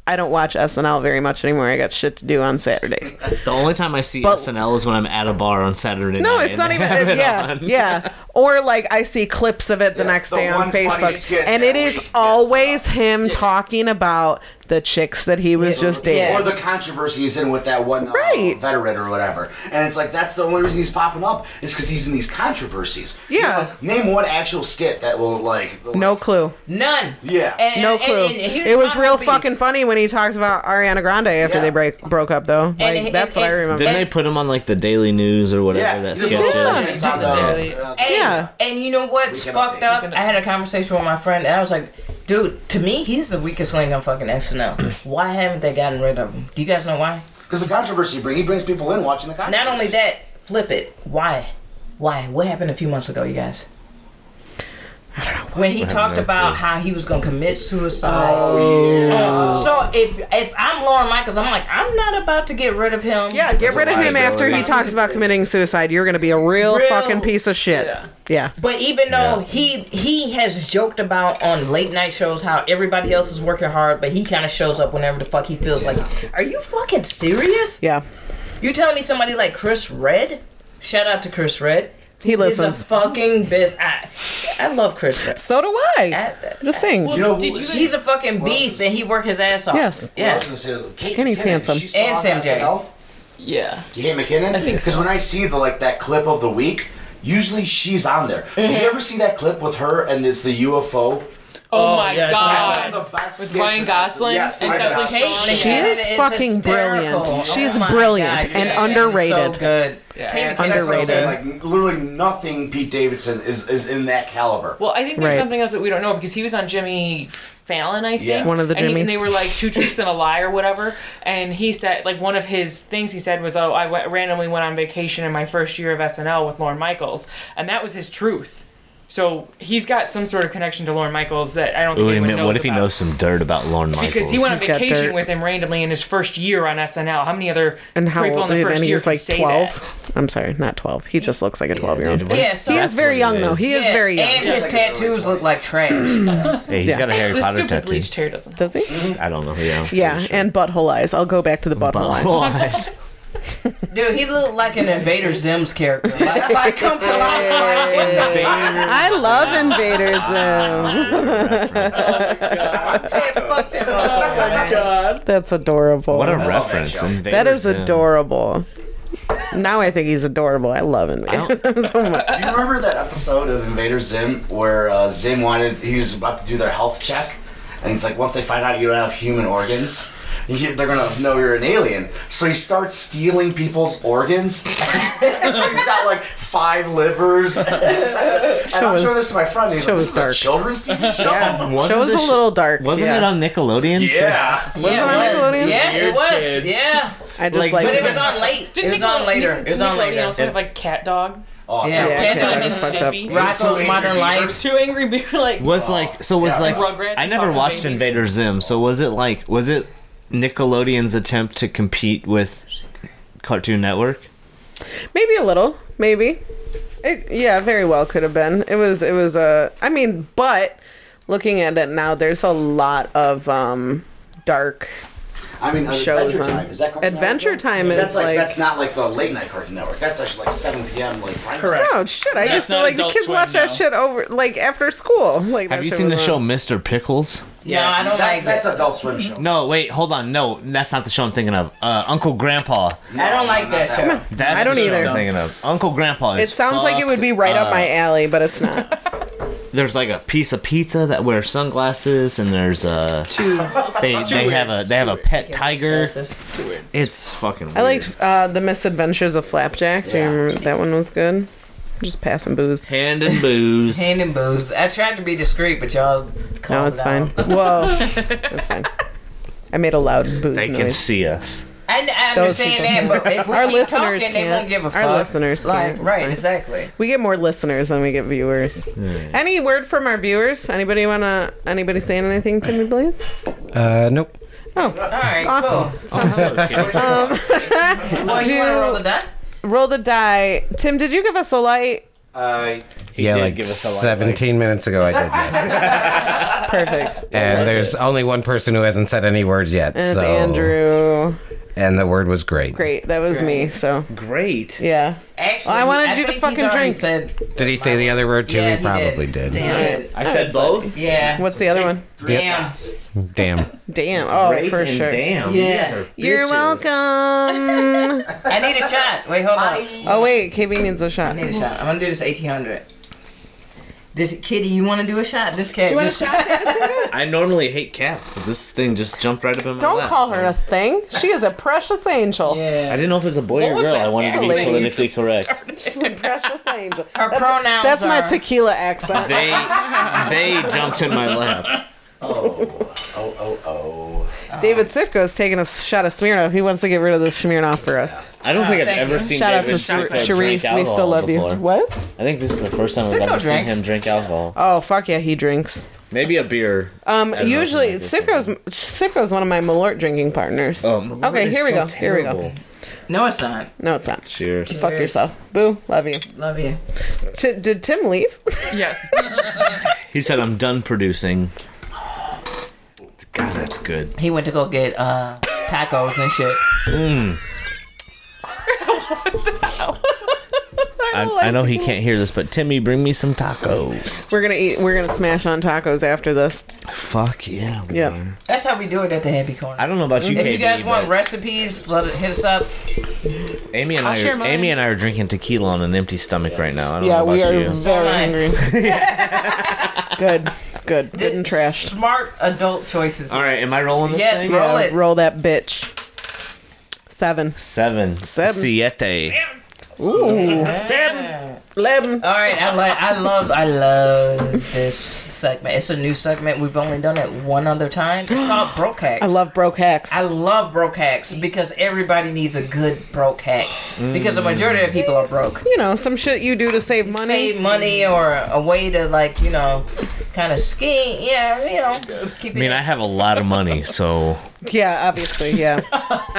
I don't watch SNL very much anymore. I got shit to do on Saturdays. The only time I see But- SNL is when I'm at a bar on Saturday No, night. it's not and they even. have it yeah, on. yeah. Or like I see clips of it the next the day on one funny Facebook, skit and that it is week is always him talking about the chicks that he was just dating. Yeah. Or the controversy he's in with that one uh, Right. veteran or whatever. And it's like, that's the only reason he's popping up is because he's in these controversies. You Yeah. know, name one actual skit that will, like. No clue. None. Yeah. And- No and- clue. and- and here's it was my real beef. fucking funny when he talks about Ariana Grande after Yeah. they break broke up though. Like and- that's what I and- remember. Didn't they put him on like the Daily News or whatever Yeah. that just sketch little Yeah. is? skits on the- Yeah. uh, And, Yeah. and you know what's We can fucked update. up? I had a conversation with my friend, and I was like, dude, to me, he's the weakest link on fucking SNL. why haven't they gotten rid of him? Do you guys know why? Because the controversy, bring, he brings people in watching the controversy. Not only that, flip it. Why? Why? What happened a few months ago, you guys? I don't know. When he talked about how he was gonna commit suicide. Oh, yeah. Uh, so if if I'm Lauren Michaels, I'm like I'm not about to get rid of him. yeah, get rid of him after he liability. talks about committing suicide. You're gonna be a real, Real- fucking piece of shit. Yeah. But even though he he has joked about on late night shows how everybody else is working hard, but he kind of shows up whenever the fuck he feels like. Are you fucking serious? Yeah. You telling me somebody like Chris Red? Shout out to Chris Red. He He's listens. a fucking bitch. I, I love Chris Red. So do I. I- I- Just saying. Well, You know who did you is- guys, He's a fucking beast, and he worked his ass off. Yes. Yeah. I was gonna say, Kate And he's McKinnon, handsome. she's still And on Sam Jerry. SNL? yeah. Kate McKinnon? I think so. Because when I see the like that clip of the week, usually she's on there. Did you ever see that clip with her and it's the UFO? Oh, my yeah, it's Uh, god. one of the best With skits Ryan in Gosling this- yes, and Ryan Cecily Gosling. Shane. She Yeah, is it's fucking hysterical. Oh brilliant. She is my brilliant God, and yeah. underrated. So good. Yeah. And that's what I'm saying, Underrated. Like literally nothing Pete Davidson is is in that caliber. Well, I think there's Right. something else that we don't know because he was on Jimmy Fallon, I think. Yeah. One of the and, he- and Jimmys. they were like two truths and a lie or whatever. And he said, like, one of his things he said was, oh, I went, randomly went on vacation in my first year of SNL with Lauren Michaels. And that was his truth. So he's got some sort of connection to Lauren Michaels that I don't think Wait a anyone minute, knows what if he about. knows some dirt about Lauren Michaels? Because he went on He's got vacation dirt. with him randomly in his first year on SNL. How many other And how people old? in the first And he year was can like say that? twelve. I'm sorry, not twelve. He just looks like a twelve year old. Dude, what- Yeah, so He that's is very what young it though. is. He is very young. And his tattoos look like trash. Hey, he's got a Harry The Potter stupid tattoo. bleached hair doesn't. Does he? I don't know. Yeah. Yeah, and butthole eyes. I'll go back to the butthole eyes. But Dude, he looked like an Invader Zim's character. Like, if I come to life, like, what the I love Invader Zim. fuck? Fuck that motherfucker, man. That's adorable. what a that reference! show. Invader that is Zim. adorable. Now I think he's adorable. I love Invader don't- Zim so much. Do you remember that episode of Invader Zim where uh, Zim wanted he was about to do their health check, and he's like, once they find out you don't have human organs. you- They're gonna know you're an alien, so he starts stealing people's organs. so he's got like five livers. and I'm was- showing this to my friend. and He's show like, was "This is a dark." children's TV show." Wasn't Show's this- a little dark. Wasn't yeah. it on Nickelodeon? too? Yeah, Yeah, it on was. Nickelodeon? Yeah, it Weird was. kids. Yeah. I just Like- like. But it was on late. it was on Nickelode- later. It was on Nickelodeon later. also have like Cat Dog. Oh, Yeah, Yeah, Cat Cat Dog Dog is is fucked up. Stimming. Rocco's Angry Modern Life. Beavers. Two angry beer like Was like so was Yeah. like Rugrats I never talking watched babies. Invader Zim, so was it like was it Nickelodeon's attempt to compete with Cartoon Network? Maybe a little. Maybe. It, yeah, very well could have been. It was. It was a. I mean, but looking at it now, there's a lot of um dark. I mean, uh, Shows Adventure on- Time is that Cartoon Adventure Network? Time is that's like, like- that's not like the late night Cartoon Network. That's actually like 7 p.m. like prime time. Correct. Oh shit! I That's used to not like the Adult kids Swim, watch that though. shit over like after school. Like that Have you shit seen the was show on. Mr. Pickles? Yeah, I don't That's, like that's that. Adult Swim show. No, wait, hold on. No, that's not the show I'm thinking of. Uh, Uncle Grandpa. I don't like that show. That's I don't the show either. I'm thinking of. Uncle Grandpa. It Is sounds like it would be right up my alley, but it's not. There's like a piece of pizza that wears sunglasses, and there's a they, they have a they have a pet tiger. It's fucking. Weird. I liked uh, the Misadventures of Flapjack. Do you Yeah. remember that one was good? Just passing booze. Hand and booze. Hand and booze. I tried to be discreet, but y'all. No, calmed it's down. fine. Whoa, it's fine. I made a loud booze they can noise. see us. I, I Those understand that, but if we Our keep listeners talking, they can't. won't give a Our fuck. listeners like, can't. It's Right, fine. exactly. We get more listeners than we get viewers. Any word from our viewers? Anybody wanna? Anybody saying anything to me, please? Uh, nope. Oh, All right, Awesome. cool. do Well, you want to roll the dice? roll the die. Tim, did you give us a light? Uh, He yeah, did like give us a light, like- 17 minutes ago I did this. Perfect. and there's only one person who hasn't said any words yet. And it's so, Andrew. And the word was great. Great, that was me. So Great. yeah. Actually, Well, I wanted you to think he's fucking already drink. Said, Did he say the other word too? yeah, he probably did. Damn. it. I said Oh, both. Yeah. What's the other one? Damn. Damn. Damn. Oh, Great for and sure. Damn. Yeah. you guys are You're bitches. welcome. I need a shot. Wait, hold on. oh wait, KB needs a shot. I need a shot. I'm gonna do this 1800. This kitty, you want to do a shot? This cat. this- I normally hate cats, but this thing just jumped right up in my Don't lap. call her a thing. She is a precious angel. I Yeah. didn't know if it was a boy or girl. I wanted to be Lady, you politically correct. She's a precious angel. Her pronouns That's my are- tequila accent. They they jumped in my lap. oh, oh, oh. David Sitko's taking a shot of Smirnoff. He wants to get rid of the Smirnoff for us. I don't think I've thank ever you. seen Shout out to David Cer- Sitko drink Charisse. We still alcohol love you. before. What? I think this is the first time I've Sitko ever seen drinks. him drink alcohol. Oh fuck yeah, he drinks. Maybe a beer. Um, I don't know if usually he likes Sitko's Sitko's one of my Malort drinking partners. Oh, my Lord, okay, it's here we so go. Here we go. terrible. No, it's not. No, it's not. Cheers. Fuck Cheers. yourself. Boo. Love you. Love you. T- did Tim leave? Yes. He said, "I'm done producing." God, that's good. He went to go get uh, tacos and shit. I, I know he can't hear this, but Timmy, bring me some tacos. we're gonna eat. We're gonna smash on tacos after this. Fuck yeah. we Yep. are. That's how we do it at the Happy Corner. I don't know about you, if KB, you guys want but recipes, let it hit us up. Amy and I, share are, mine. Amy and I are drinking tequila on an empty stomach right now. I don't Yeah, know we about are you. very Alright. hungry. good, good. Good and trash. Smart adult choices. All right, am I rolling this Yes, thing? roll it. Roll that bitch. Seven. Seven. Seven. Siete. Ooh. Seven. Yeah. Eleven. All right, I like, I love, I love this segment. It's a new segment. We've only done it one other time. It's called Broke Hacks. I love broke hacks. I love broke hacks because everybody needs a good broke hack Mm. because the majority of people are broke. you know, some shit you do to save money. Save money or a way to like you know, kind of scheme. Yeah, you know, keep I it. mean, I have a lot of money, so Yeah, obviously. Yeah.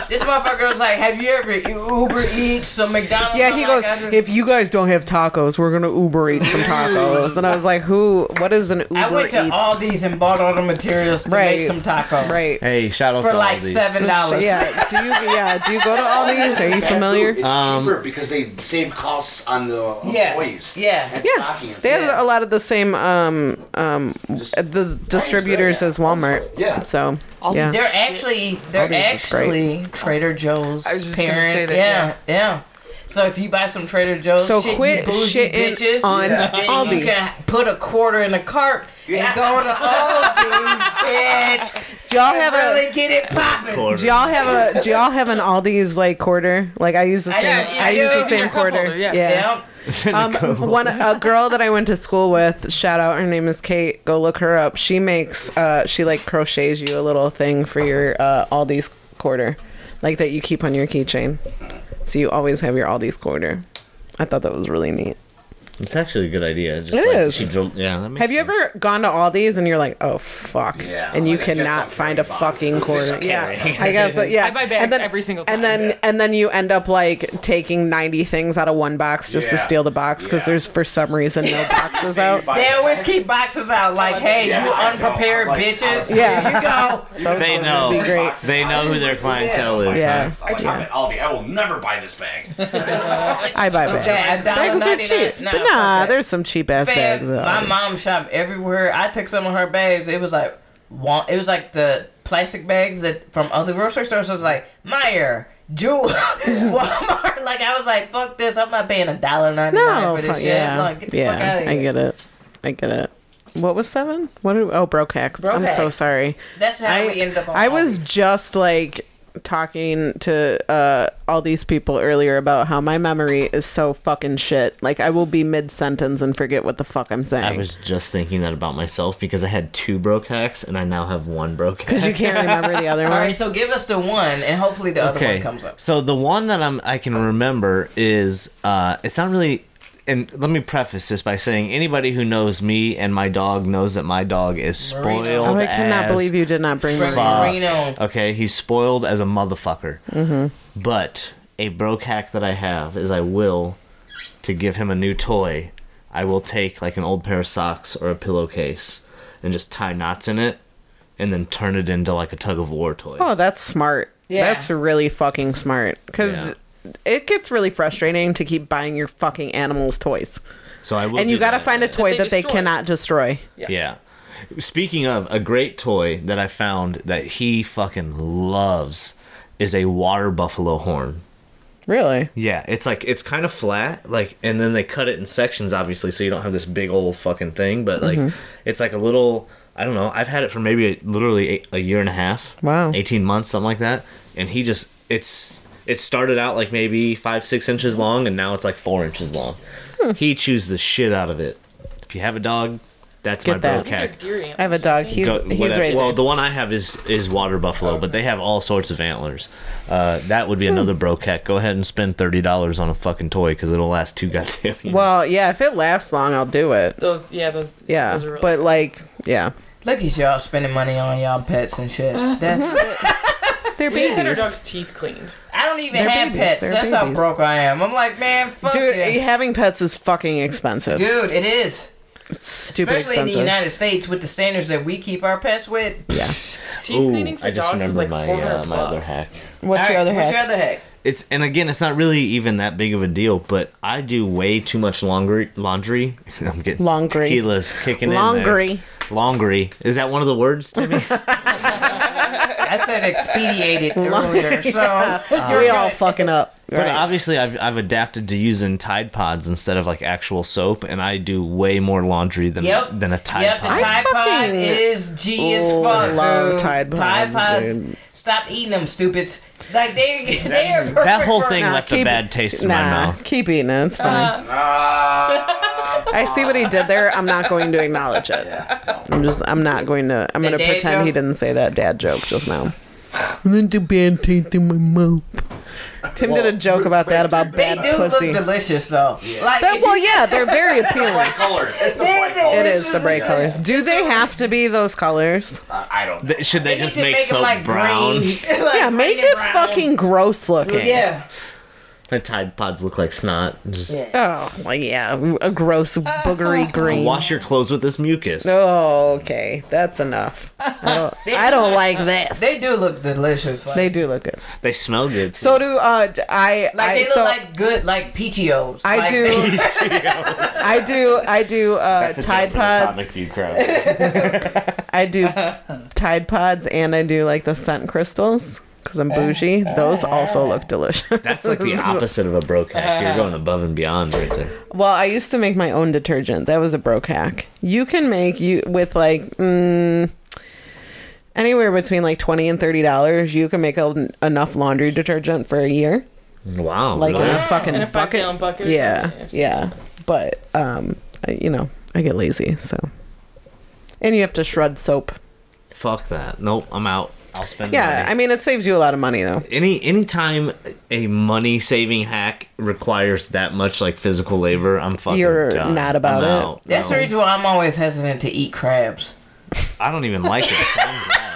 this motherfucker was like, "Have you ever Uber Eats some McDonald's?" Yeah, I'm he like, goes, I just- if you guys don't have tacos, we're going to Uber eat some tacos. and I was like, who, what is an Uber I went to Eats? all these and bought all the materials to Right. make some tacos. right. hey, shout out For to like all these. seven dollars. Yeah. Do you, yeah. Do you go to all these? Are you familiar? It's Um, cheaper because they save costs on the Yeah, employees. yeah. And Yeah. stocking and They stuff. have a lot of the same, um, um, the distributors as Walmart. Yeah. So, yeah. They're actually they're Aldi's is great. actually Trader Joe's was just gonna parent. say that, yeah, yeah, So if you buy some Trader Joe's, So shit, you quit bougie shitting bitches, on then Aldi. You can put a quarter in a cart Yeah. and go to Aldi, bitch. Do y'all have and a, really get it popping. do y'all have a, do y'all have an Aldi's like quarter? Like I use the same, yeah, I yeah, use yeah, the yeah, same your cup quarter. holder, yeah. Yeah. Yep. Um, one a girl that I went to school with. Shout out, her name is Kate. Go look her up. She makes, uh, she like crochets you a little thing for your uh, Aldi's quarter, like that you keep on your keychain, so you always have your Aldi's quarter. I thought that was really neat. It's actually a good idea. Just It like is. she drilled- yeah, that makes Have you sense. ever gone to Aldi's and you're like, oh fuck, Yeah, and you like, I guess cannot I'm find a carrying boxes. fucking quarter? Okay. Yeah, I guess. uh, yeah, I buy bags every single And time. then and then you end up like taking ninety things out of one box just to Yeah. steal the box because Yeah. there's for some reason no boxes out. They always keep boxes out like, hey, Yeah, you I don't unprepared like- bitches. Yeah. Here you go. They know. be great. They know who their clientele is. Yeah. I'm like, I'm at Aldi. I will never buy this bag. I buy Yeah, bags. a dollar Bags are 99. cheap, Nah, but fuck nah, that. there's some cheap ass Fam, bags. though. my mom shop everywhere. I took some of her bags. It was like, wa- it was like the plastic bags that from other grocery stores. So it was like Meyer, Jewel, Walmart. Like I was like, fuck this. I'm not paying a dollar ninety nine no, for this fuck, shit. yeah, Like, get the fuck out yeah, of I here. get it, I get it. What was seven? What? Are, oh, broke hacks. I'm so Brokehack's. sorry. That's how I we ended up. on I was Aldi's. just like talking to uh, all these people earlier about how my memory is so fucking shit. Like I will be mid sentence and forget what the fuck I'm I saying was just thinking that about myself because I had two broke hacks and I now have one broke hack. because you can't remember the other All right, one. so give us the one, and hopefully the other one comes up. So the one that I'm I can remember is uh, it's not really. And let me preface this by saying anybody who knows me and my dog knows that my dog is Marino. spoiled. Oh, I cannot as believe you did not bring that. Fuck. fuck. Marino. Okay, he's spoiled as a motherfucker. Mm-hmm. But a broke hack that I have is I will to give him a new toy. I will take like an old pair of socks or a pillowcase and just tie knots in it, and then turn it into like a tug of war toy. Oh, that's smart. Yeah. That's really fucking smart. Because it gets really frustrating to keep buying your fucking animals toys. So I will. And you do got to that. find a toy they that they destroy. cannot destroy. Yeah. Speaking of a great toy that I found that he fucking loves is a water buffalo horn. Really? Yeah, it's like it's kind of flat, like, and then they cut it in sections, obviously, so you don't have this big old fucking thing. But like, Mm-hmm. it's like a little. I don't know. I've had it for maybe literally a, a year and a half. Wow. Eighteen months, something like that. And he just it's it started out like maybe five six inches long, and now it's like four inches long. Hmm. He chews the shit out of it. If you have a dog, that's Get my that. bro cat. I have a dog. He's, Go- he's whatever. right well, there. the one I have is is water buffalo, but they have all sorts of antlers. Uh, that Hmm. would be another bro cat. Go ahead and spend thirty dollars on a fucking toy because it'll last two goddamn years. Well, yeah, if it lasts long, I'll do it. Those, yeah, those. Yeah. those are really- but, like, yeah. Look at y'all spending money on y'all pets and shit. That's They're We just had our babies. dog's teeth cleaned. I don't even They're have babies, pets. they're That's how babies. broke I am. I'm like, man, fuck Dude, this. having pets is fucking expensive. Dude, it is. It's stupid Especially in the expensive. United States with the standards that we keep our pets with. yeah. Teeth Ooh, cleaning for I just dogs is remember like my 400 uh, my other bucks. hack. What's All your right, other what's hack? your other hack? It's and again, it's not really even that big of a deal, but I do way too much laundry. Laundry. I'm getting Laundry. tequila's kicking in Laundry. there. Laundry. Is that one of the words, Timmy? I said expediated earlier, so we all fucking up. But right. obviously, I've, I've adapted to using Tide Pods instead of like actual soap, and I do way more laundry than Yep. than a Tide yep, Pod. the Tide Pod fucking is G as l- fuck. love dude. Tide Pods, dude. Stop eating them, stupids. Like they, they are perfect that whole for- thing left a keep- bad taste in nah, my mouth. keep eating it. Uh, It's fine. I see what he did there. I'm not going to acknowledge it. I'm just. I'm not going to. I'm going to dad pretend joke? he didn't say that dad joke just now. And then do bad taste in my mouth. Tim did a joke about that about They bad do pussy. look delicious though. Like That- if well, you- yeah, they're very appealing. Bright colors. It's the They- bright they- colors. It is the bright This is- colors. Do they have to be those colors? I I don't. Th- Should they, they just need to make, make 'em, soap like brown? green. Like, Yeah, make green and it brown. fucking gross looking. Yeah. The Tide Pods look like snot. Just Oh, well, yeah, a gross Uh-huh. boogery green. wash your clothes with this mucus. Oh, okay, that's enough. I don't, I don't like this. They do look delicious. Like, They do look good. They smell good. too. So do uh, d- I. like I they look so like good like PTOs. I Like, do. I do. I do. Uh, That's a joke Tide for the Comic pods. View crowd. I do Tide pods, and I do like the scent crystals because I'm bougie. Those Eh. also look delicious. That's like the opposite of a broke hack. You're going above and beyond right there. Well, I used to make my own detergent. That was a broke hack. You can make you with like mm, anywhere between like twenty and thirty dollars. You can make a, enough laundry detergent for a year, Wow. like really? in a fucking In a five bucket. gallon bucket. or Yeah, something. I've seen yeah. But um, I, you know, I get lazy, so. And you have to shred soap. Fuck that. Nope. I'm out. I'll spend. Yeah, money. I mean, it saves you a lot of money though. any anytime a money saving hack requires that much like physical labor, I'm fucking. You're done. not about I'm it. out. That's No. the reason why I'm always hesitant to eat crabs. I don't even like it. So I'm glad.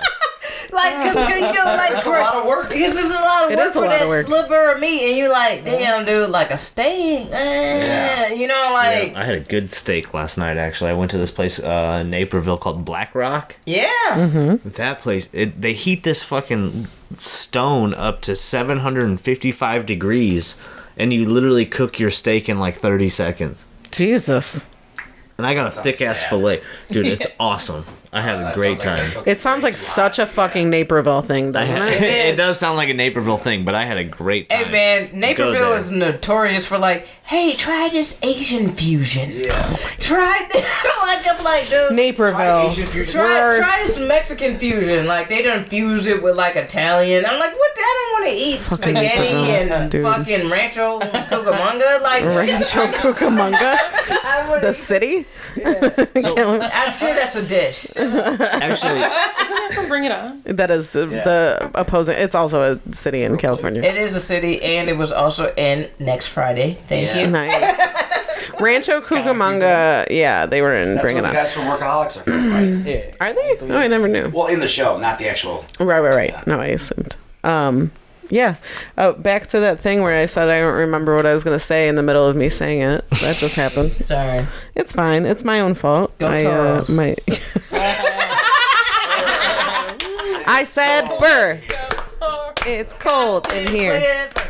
Like, cause you know, like That's a lot of work. Because it's a lot of It work is a for lot of that work. sliver of meat, and you like, damn, dude, like a steak. Uh, You know, like, I had a good steak last night. Actually, I went to this place uh, in Naperville called Black Rock. yeah. Mm-hmm. That place, it, they heat this fucking stone up to 755 degrees, and you literally cook your steak in like 30 seconds. Jesus, And I got a thick ass fillet, dude. It's awesome. I had a great time. it sounds like such a fucking Naperville thing, I doesn't had- it? it is. does sound like a Naperville thing, but I had a great time. Hey man, Naperville there. is notorious for like, hey, try this Asian fusion. Yeah. Try like I'm like, dude. Naperville. Asian fusion. Oh. Try, Worth. try some Mexican fusion. Like they done fuse it with like Italian. I'm like, what? I don't want to eat spaghetti Mexico, and dude. fucking rancho cucamonga. Like Rancho Cucamonga, I would. the city. I'd say that's a dish. Actually, Isn't that from Bring It On? that is uh, the opposing. It's also a city in California. It is a city, and it was also in next Friday. Thank Yeah. you. Nice. Rancho Cucamonga. Yeah, they were in That's Bring what It the On. guys from Workaholics are from, right? Yeah. Are they? Oh, I never knew. Well, in the show, not the actual. Right, right, right. No, I assumed. Um, yeah. Oh, back to that thing where I said I don't remember what I was gonna say in the middle of me saying it. That just happened. Sorry. It's fine. It's my own fault. Go I, uh, Toros. my I said burr. It's cold in here.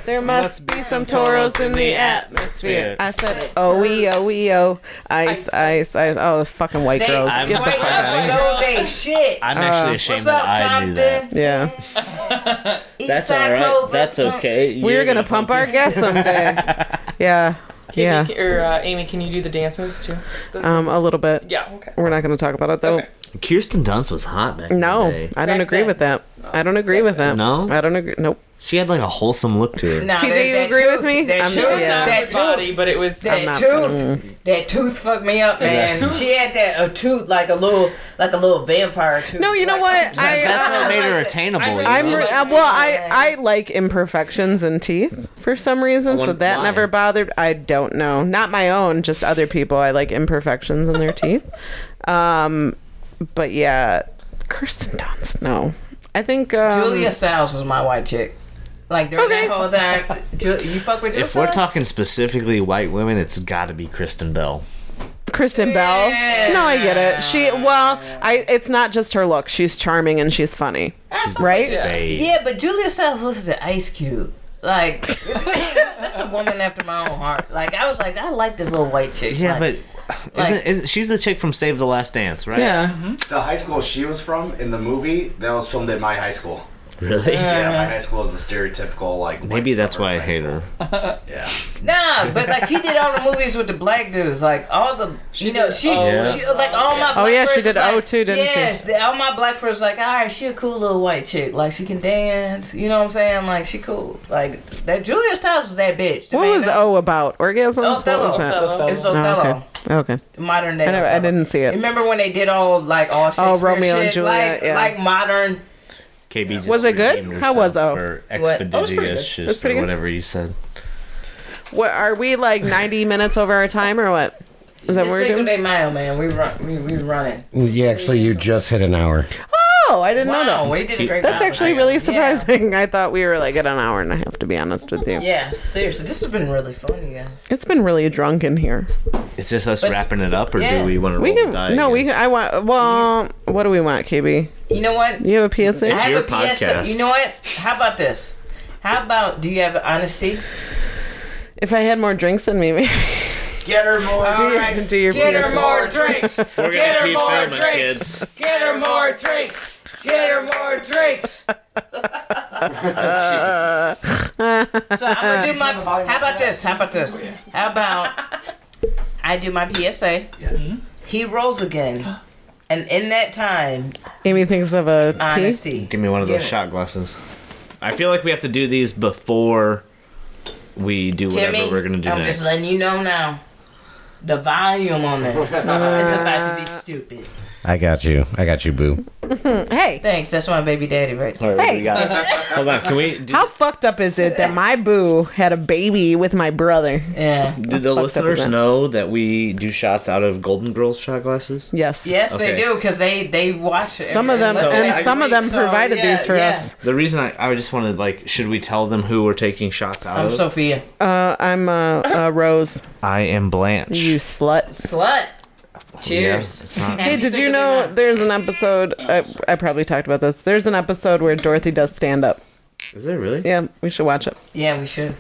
There must be some toros in the atmosphere. I said oh we oh we oh ice ice ice. Oh, this fucking white girls. I'm- Get the White fuck out of girls here. Stole they shit. Uh, I'm actually What's ashamed that up, I do that. Compton? Yeah, That's all Eastside right. Clovis, That's punk. okay. we're You're gonna pump our gas someday. Yeah, yeah. Amy, or uh, Amy, can you do the dance moves too? The- Um, a little bit. yeah. Okay. We're not going to talk about it though. Okay. Kirsten Dunst was hot back No, in the day. I don't Back agree then. with that. I don't agree with that. No? I don't agree. Nope. She had like a wholesome look to her. Nah, TJ, that- you that agree tooth- with me? That, I'm- tooth, yeah. Not that her body, tooth, but it was. I'm that not- Mm. tooth, that tooth fucked me up, man. Yes. She had that a tooth like a little, like a little vampire tooth. No, you know Like, what? I, That's uh, what made her attainable. I you really- I'm know? re- uh, well. I I like imperfections in teeth for some reason, so wonder that why. never bothered. I don't know, not my own, just other people. I like imperfections in their teeth. Um, but yeah, Kirsten Dunst. No, I think um, Julia Stiles was my white chick. Like during Okay. that whole time, Ju- you fuck with Julia if we're Stiles? talking specifically white women, it's got to be Kristen Bell. Kristen Bell. No, I get it. She well, I. It's not just her look. She's charming and she's funny, right? Babe. Yeah, but Julia Stiles listens to Ice Cube. Like that's a woman after my own heart. Like I was like, I like this little white chick. Yeah, Like, but like- isn't, isn't she's the chick from Save the Last Dance, right? Yeah. The high school she was from in the movie, that was filmed at my high school. Really? Yeah, Uh-huh. my high school is the stereotypical, like. white Maybe that's why I suburbs high hate her. school. Yeah. Nah, but like she did all the movies with the black dudes, like all the you know she, Yeah. she like all my black Oh, yeah, she friends did was like, O too, didn't she? yes, the- all my black friends was like all right, she a cool little white chick, like she can dance, you know what I'm saying? Like she cool, like that Julia Stiles was that bitch. The What main- was O about? Orgasms? What Mm-hmm. Oh, Othello. was that? Othello. It was Oh, Othello, okay. Okay. modern day. I, never, I Othello. didn't see it. Remember when they did all like all Shakespeare Oh, Romeo and shit? Juliet, like, yeah. like modern KB just Was it good? redeemed How was herself O? For What? That was pretty expeditious That's or pretty good. whatever you said. What are we like 90 minutes over our time or what? Is that what It's we're single doing? day mile, man. We run, we, we running. Yeah, actually, you just hit an hour. Oh, I didn't know that. we did a great That's job. actually really surprising. I thought we were like at an hour and a half, to be honest with you. Yeah. yeah, seriously, this has been really fun, you guys. It's been really drunk in here. Is this us wrapping it up, or yeah. do we want to We roll can, the die? no, we again? can, I want, well, what do we want, KB? You know what? You have a PSA? I have your a PSA. podcast. You know what? How about this? How about do you have an honesty? If I had more drinks than me, maybe. Get her more. All your- right, do your get her PSA. more drinks. We're Get her keep more filming, drinks. Get her more drinks. Get her more drinks. so I'm gonna do my. How about this? How about this? How about I do my PSA? Hmm? He rolls again, and in that time, Amy thinks of a tea. honesty. Give me one of those Yeah. shot glasses. I feel like we have to do these before we do whatever Timmy, we're gonna do I'm next. just letting you know now. The volume on this is about to be stupid. I got you. I got you, boo. Hey, Thanks, that's my baby daddy right there. All right, we got it. Hold on, can we? Do, how fucked up is it that my boo had a baby with my brother? Yeah. do the up is listeners that? know that we do shots out of Golden Girls shot glasses? Yes. Yes, Okay. they do because they they watch it. Some of them, Listen, and they some of them see- so, provided yeah, these for yeah. us. The reason I, I just wanted like, should we tell them who we're taking shots out I'm of? Sophia. Uh, I'm uh, uh, Rose. I am Blanche. You slut. Slut. Yeah, Cheers. it's not- Hey, did you know there's an episode? I, I probably talked about this. There's an episode where Dorothy does stand up. Is it really? Yeah, we should watch it. Yeah, we should.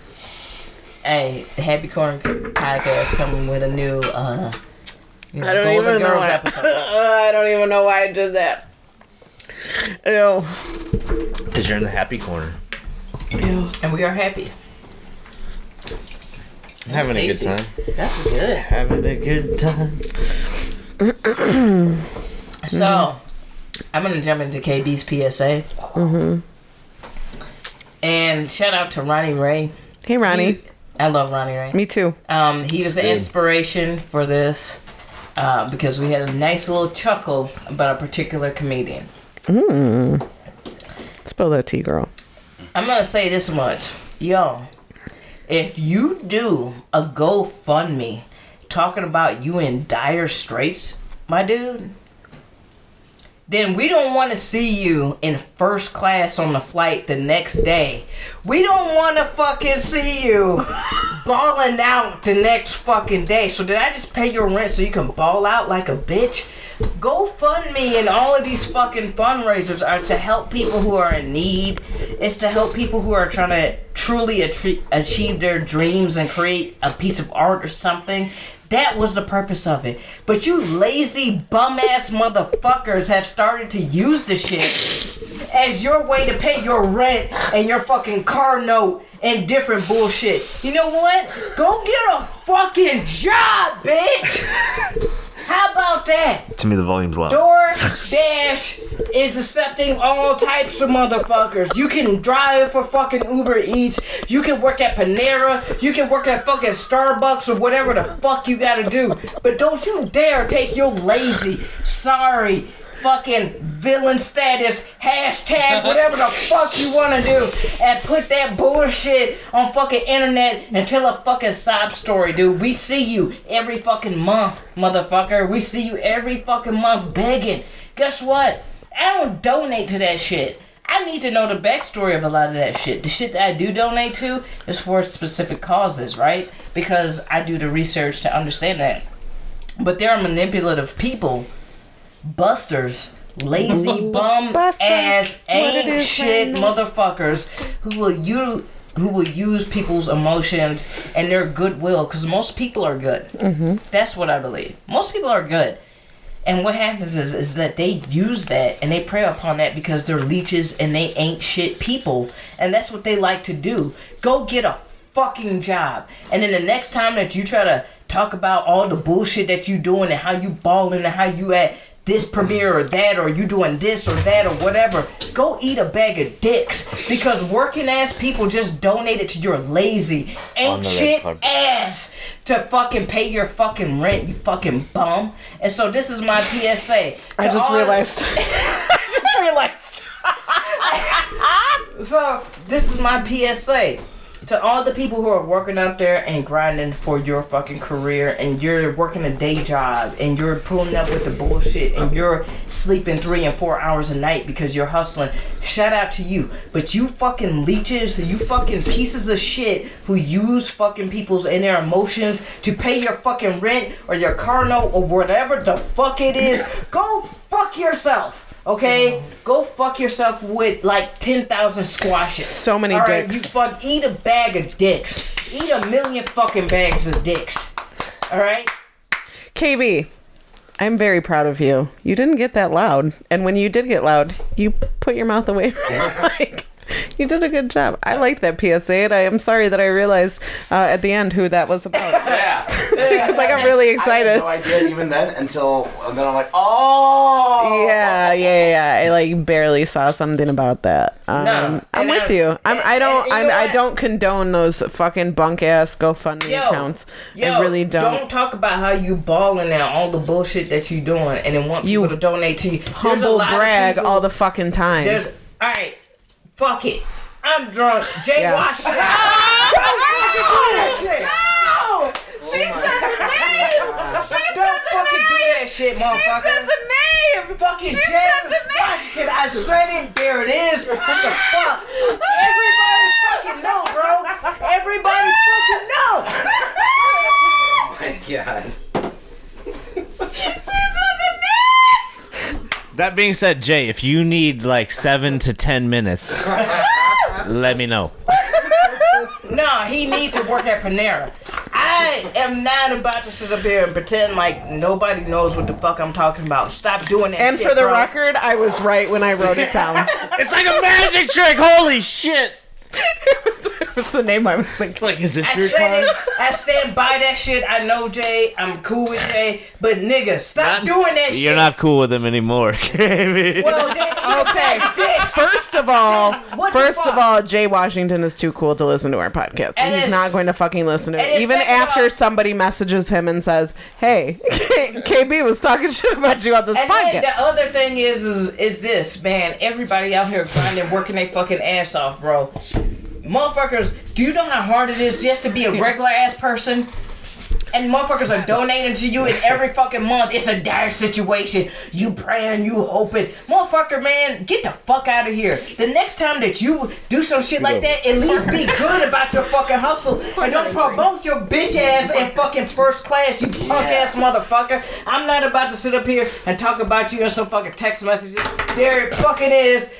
Hey, the Happy Corn podcast coming with a new. uh you know, I don't Golden even know Girls why- episode. Uh, I don't even know why I did that. Ew. Because you're in the happy corner. and we are happy. Mm-hmm. having a good tasty. time. That's good. Having a good time. So, I'm going to jump into KB's PSA. Mm-hmm. And shout out to Ronnie Ray. Hey, Ronnie. He- I love Ronnie Ray. Me too. Um, he was the inspiration for this uh, because we had a nice little chuckle about a particular comedian. Spill that tea, girl. I'm gonna say this much, yo. If you do a GoFundMe talking about you in dire straits, my dude, then we don't want to see you in first class on the flight the next day. We don't want to fucking see you balling out the next fucking day. So did I just pay your rent so you can ball out like a bitch? GoFundMe and all of these fucking fundraisers are to help people who are in need. It's to help people who are trying to truly atri- achieve their dreams and create a piece of art or something. That was the purpose of it. But you lazy bum ass motherfuckers have started to use this shit as your way to pay your rent and your fucking car note and different bullshit. You know what? Go get a fucking job, bitch! How about that? To me, the volume's loud. DoorDash is accepting all types of motherfuckers. You can drive for fucking Uber Eats. You can work at Panera. You can work at fucking Starbucks or whatever the fuck you gotta do. But don't you dare take your lazy, sorry, fucking villain status hashtag whatever the fuck you wanna do and put that bullshit on fucking internet and tell a fucking sob story, dude. We see you every fucking month, motherfucker. We see you every fucking month begging. Guess what? I don't donate to that shit. I need to know the backstory of a lot of that shit. The shit that I do donate to is for specific causes, right? Because I do the research to understand that. But there are manipulative people busters, lazy bum Busters. ass What it ain't is, shit man. motherfuckers who will you who will use people's emotions and their goodwill because most people are good. Mm-hmm. That's what I believe. Most people are good. And what happens is is that they use that and they prey upon that because they're leeches and they ain't shit people. And that's what they like to do. Go get a fucking job. And then the next time that you try to talk about all the bullshit that you doing and how you balling and how you at this premiere or that or you doing this or that or whatever, go eat a bag of dicks because working ass people just donated to your lazy ain't shit ass to fucking pay your fucking rent, you fucking bum. And so this is my PSA. I to just all- realized. just realized. so this is my PSA to all the people who are working out there and grinding for your fucking career, and you're working a day job, and you're pulling up with the bullshit, and you're sleeping three and four hours a night because you're hustling. Shout out to you, but you fucking leeches, you fucking pieces of shit who use fucking people's and their emotions to pay your fucking rent or your car note or whatever the fuck it is. Go fuck yourself. Okay, go fuck yourself with like ten thousand squashes. So many All right, dicks. you fuck. Eat a bag of dicks. Eat a million fucking bags of dicks. All right. KB, I'm very proud of you. You didn't get that loud. And when you did get loud, you put your mouth away from the mic. You did a good job. I liked that PSA, and I am sorry that I realized uh, at the end who that was about. Yeah. Because I got really I had excited. no idea even then until and then I'm like, oh Yeah, yeah, yeah. I like barely saw something about that. Um, No, I'm and with I'm- you. I'm, I and- don't. and you I'm, know I what? don't condone those fucking bunk ass GoFundMe accounts. I really Don't talk about how you balling and all the bullshit that you doing, and then want You people to donate to you. There's a humble lot of brag people- all the fucking time. There's all right. Fuck it. I'm drunk. Jay Yes. Washington. Don't fucking do that shit. No. She said the name. She Don't fucking do that shit, motherfucker. She said the name. Fucking Jay Washington. I said it. There it is. What the fuck? Everybody fucking know, bro. Everybody fucking know. God. That being said, Jay, if you need like seven to ten minutes, let me know. No, he needs to work at Panera. I am not about to sit up here and pretend like nobody knows what the fuck I'm talking about. Stop doing that and shit, for the bro. record, I was right when I wrote it down. It's like a magic trick. Holy shit! was the name I was thinking. It's like, is this I your said card? it. I stand by that shit. I know Jay. I'm cool with Jay. But nigga, stop Not- doing that shit. You're not cool with him anymore, KB. Well, then, okay, dick. First of all, What the first fuck? of all, Jay Washington is too cool to listen to our podcast. And He's it's- not going to fucking listen to and it. it's Even second after off- somebody messages him and says, "Hey, KB was talking shit about you on this And podcast." then the other thing is, is, is this, man. Everybody out here grinding, working their fucking ass off, bro. Motherfuckers, do you know how hard it is just to be a regular ass person? And motherfuckers are donating to you, and every fucking month it's a dire situation. You praying, you hoping. Motherfucker, man, get the fuck out of here. The next time that you do some shit like that, at least be good about your fucking hustle. And don't promote your bitch ass in fucking first class, you punk ass motherfucker. I'm not about to sit up here and talk about you in some fucking text messages. There it fucking is.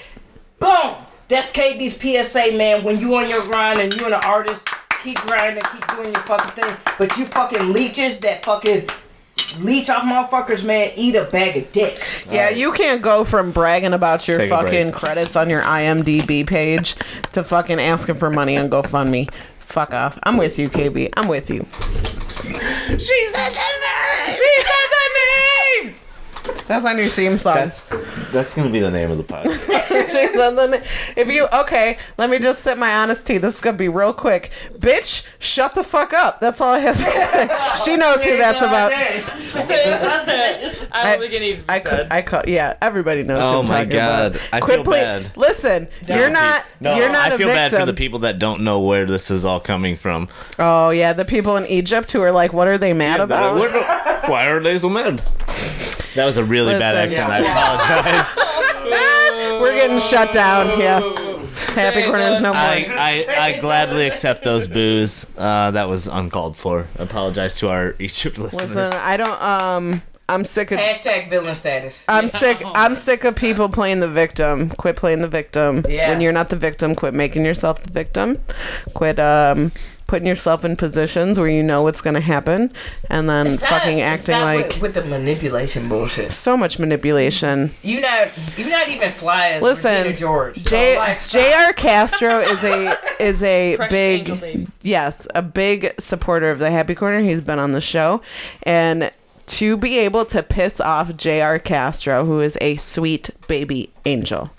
Boom! That's KB's PSA, man. When you on your grind and you an artist, keep grinding, keep doing your fucking thing. But you fucking leeches that fucking leech off motherfuckers, man. Eat a bag of dicks. Yeah, you can't go from bragging about your Take a fucking break. credits on your IMDb page to fucking asking for money on GoFundMe. Fuck off. I'm with you, KB. I'm with you. She said the name. She said the name. That's my new theme song. That's that's gonna be the name of the podcast. She said the name. If you okay, let me just sip my honesty. This is gonna be real quick, bitch. Shut the fuck up. That's all I have to say. she knows who that's about. I don't think it needs to be I said. could, I could, yeah. Everybody knows. who Oh I'm my talking about. God, I Quit feel play- bad. Listen, you're not. No, you're not I a feel victim. bad for the people that don't know where this is all coming from. Oh yeah, the people in Egypt who are like, what are they mad about? What- why are they so mad? That was a really bad Listen, accent. I apologize. We're getting shut down. Yeah. Happy corners no more. I, I, I gladly accept those boos. Uh, that was uncalled for. Apologize to our Egypt listeners. Listen, I don't. Um, I'm sick of. Hashtag villain status. I'm sick. I'm sick of people playing the victim. Quit playing the victim. Yeah. When you're not the victim, quit making yourself the victim. Quit um putting yourself in positions where you know what's going to happen, and then fucking acting like with, with the manipulation bullshit. so much manipulation. You not you not even fly as Listen, Regina George. So J- like, stop. J.R. Castro is a is a Precious big Angel Baby. yes, a big supporter of the Happy Corner. He's been on the show, and to be able to piss off J.R. Castro, who is a sweet baby angel.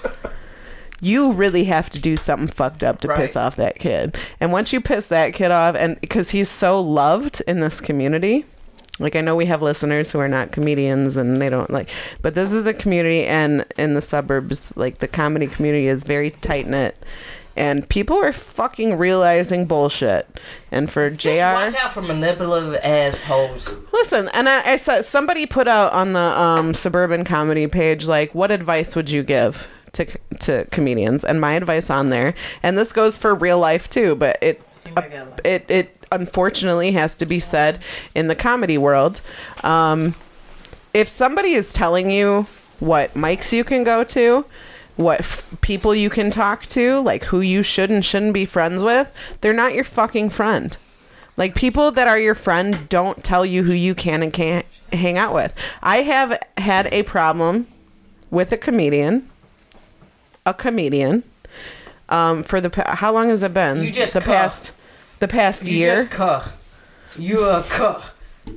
You really have to do something fucked up to Right. piss off that kid. And once you piss that kid off, and because he's so loved in this community, like i know we have listeners who are not comedians and they don't like but this is a community and in the suburbs like the comedy community is very tight knit and people are fucking realizing bullshit and for jr Just watch out for manipulative assholes. Listen, and I, I said somebody put out on the um, suburban comedy page like, what advice would you give to c- to comedians? And my advice on there, and this goes for real life too, but it it it unfortunately has to be said in the comedy world. Um, if somebody is telling you what mics you can go to. What f- people you can talk to, like who you should and shouldn't be friends with, they're not your fucking friend. Like people that are your friend don't tell you who you can and can't hang out with. I have had a problem with a comedian, a comedian, um, for the pa- how long has it been? You just the cuffed. past, the past You year. just cuck. You a cuck.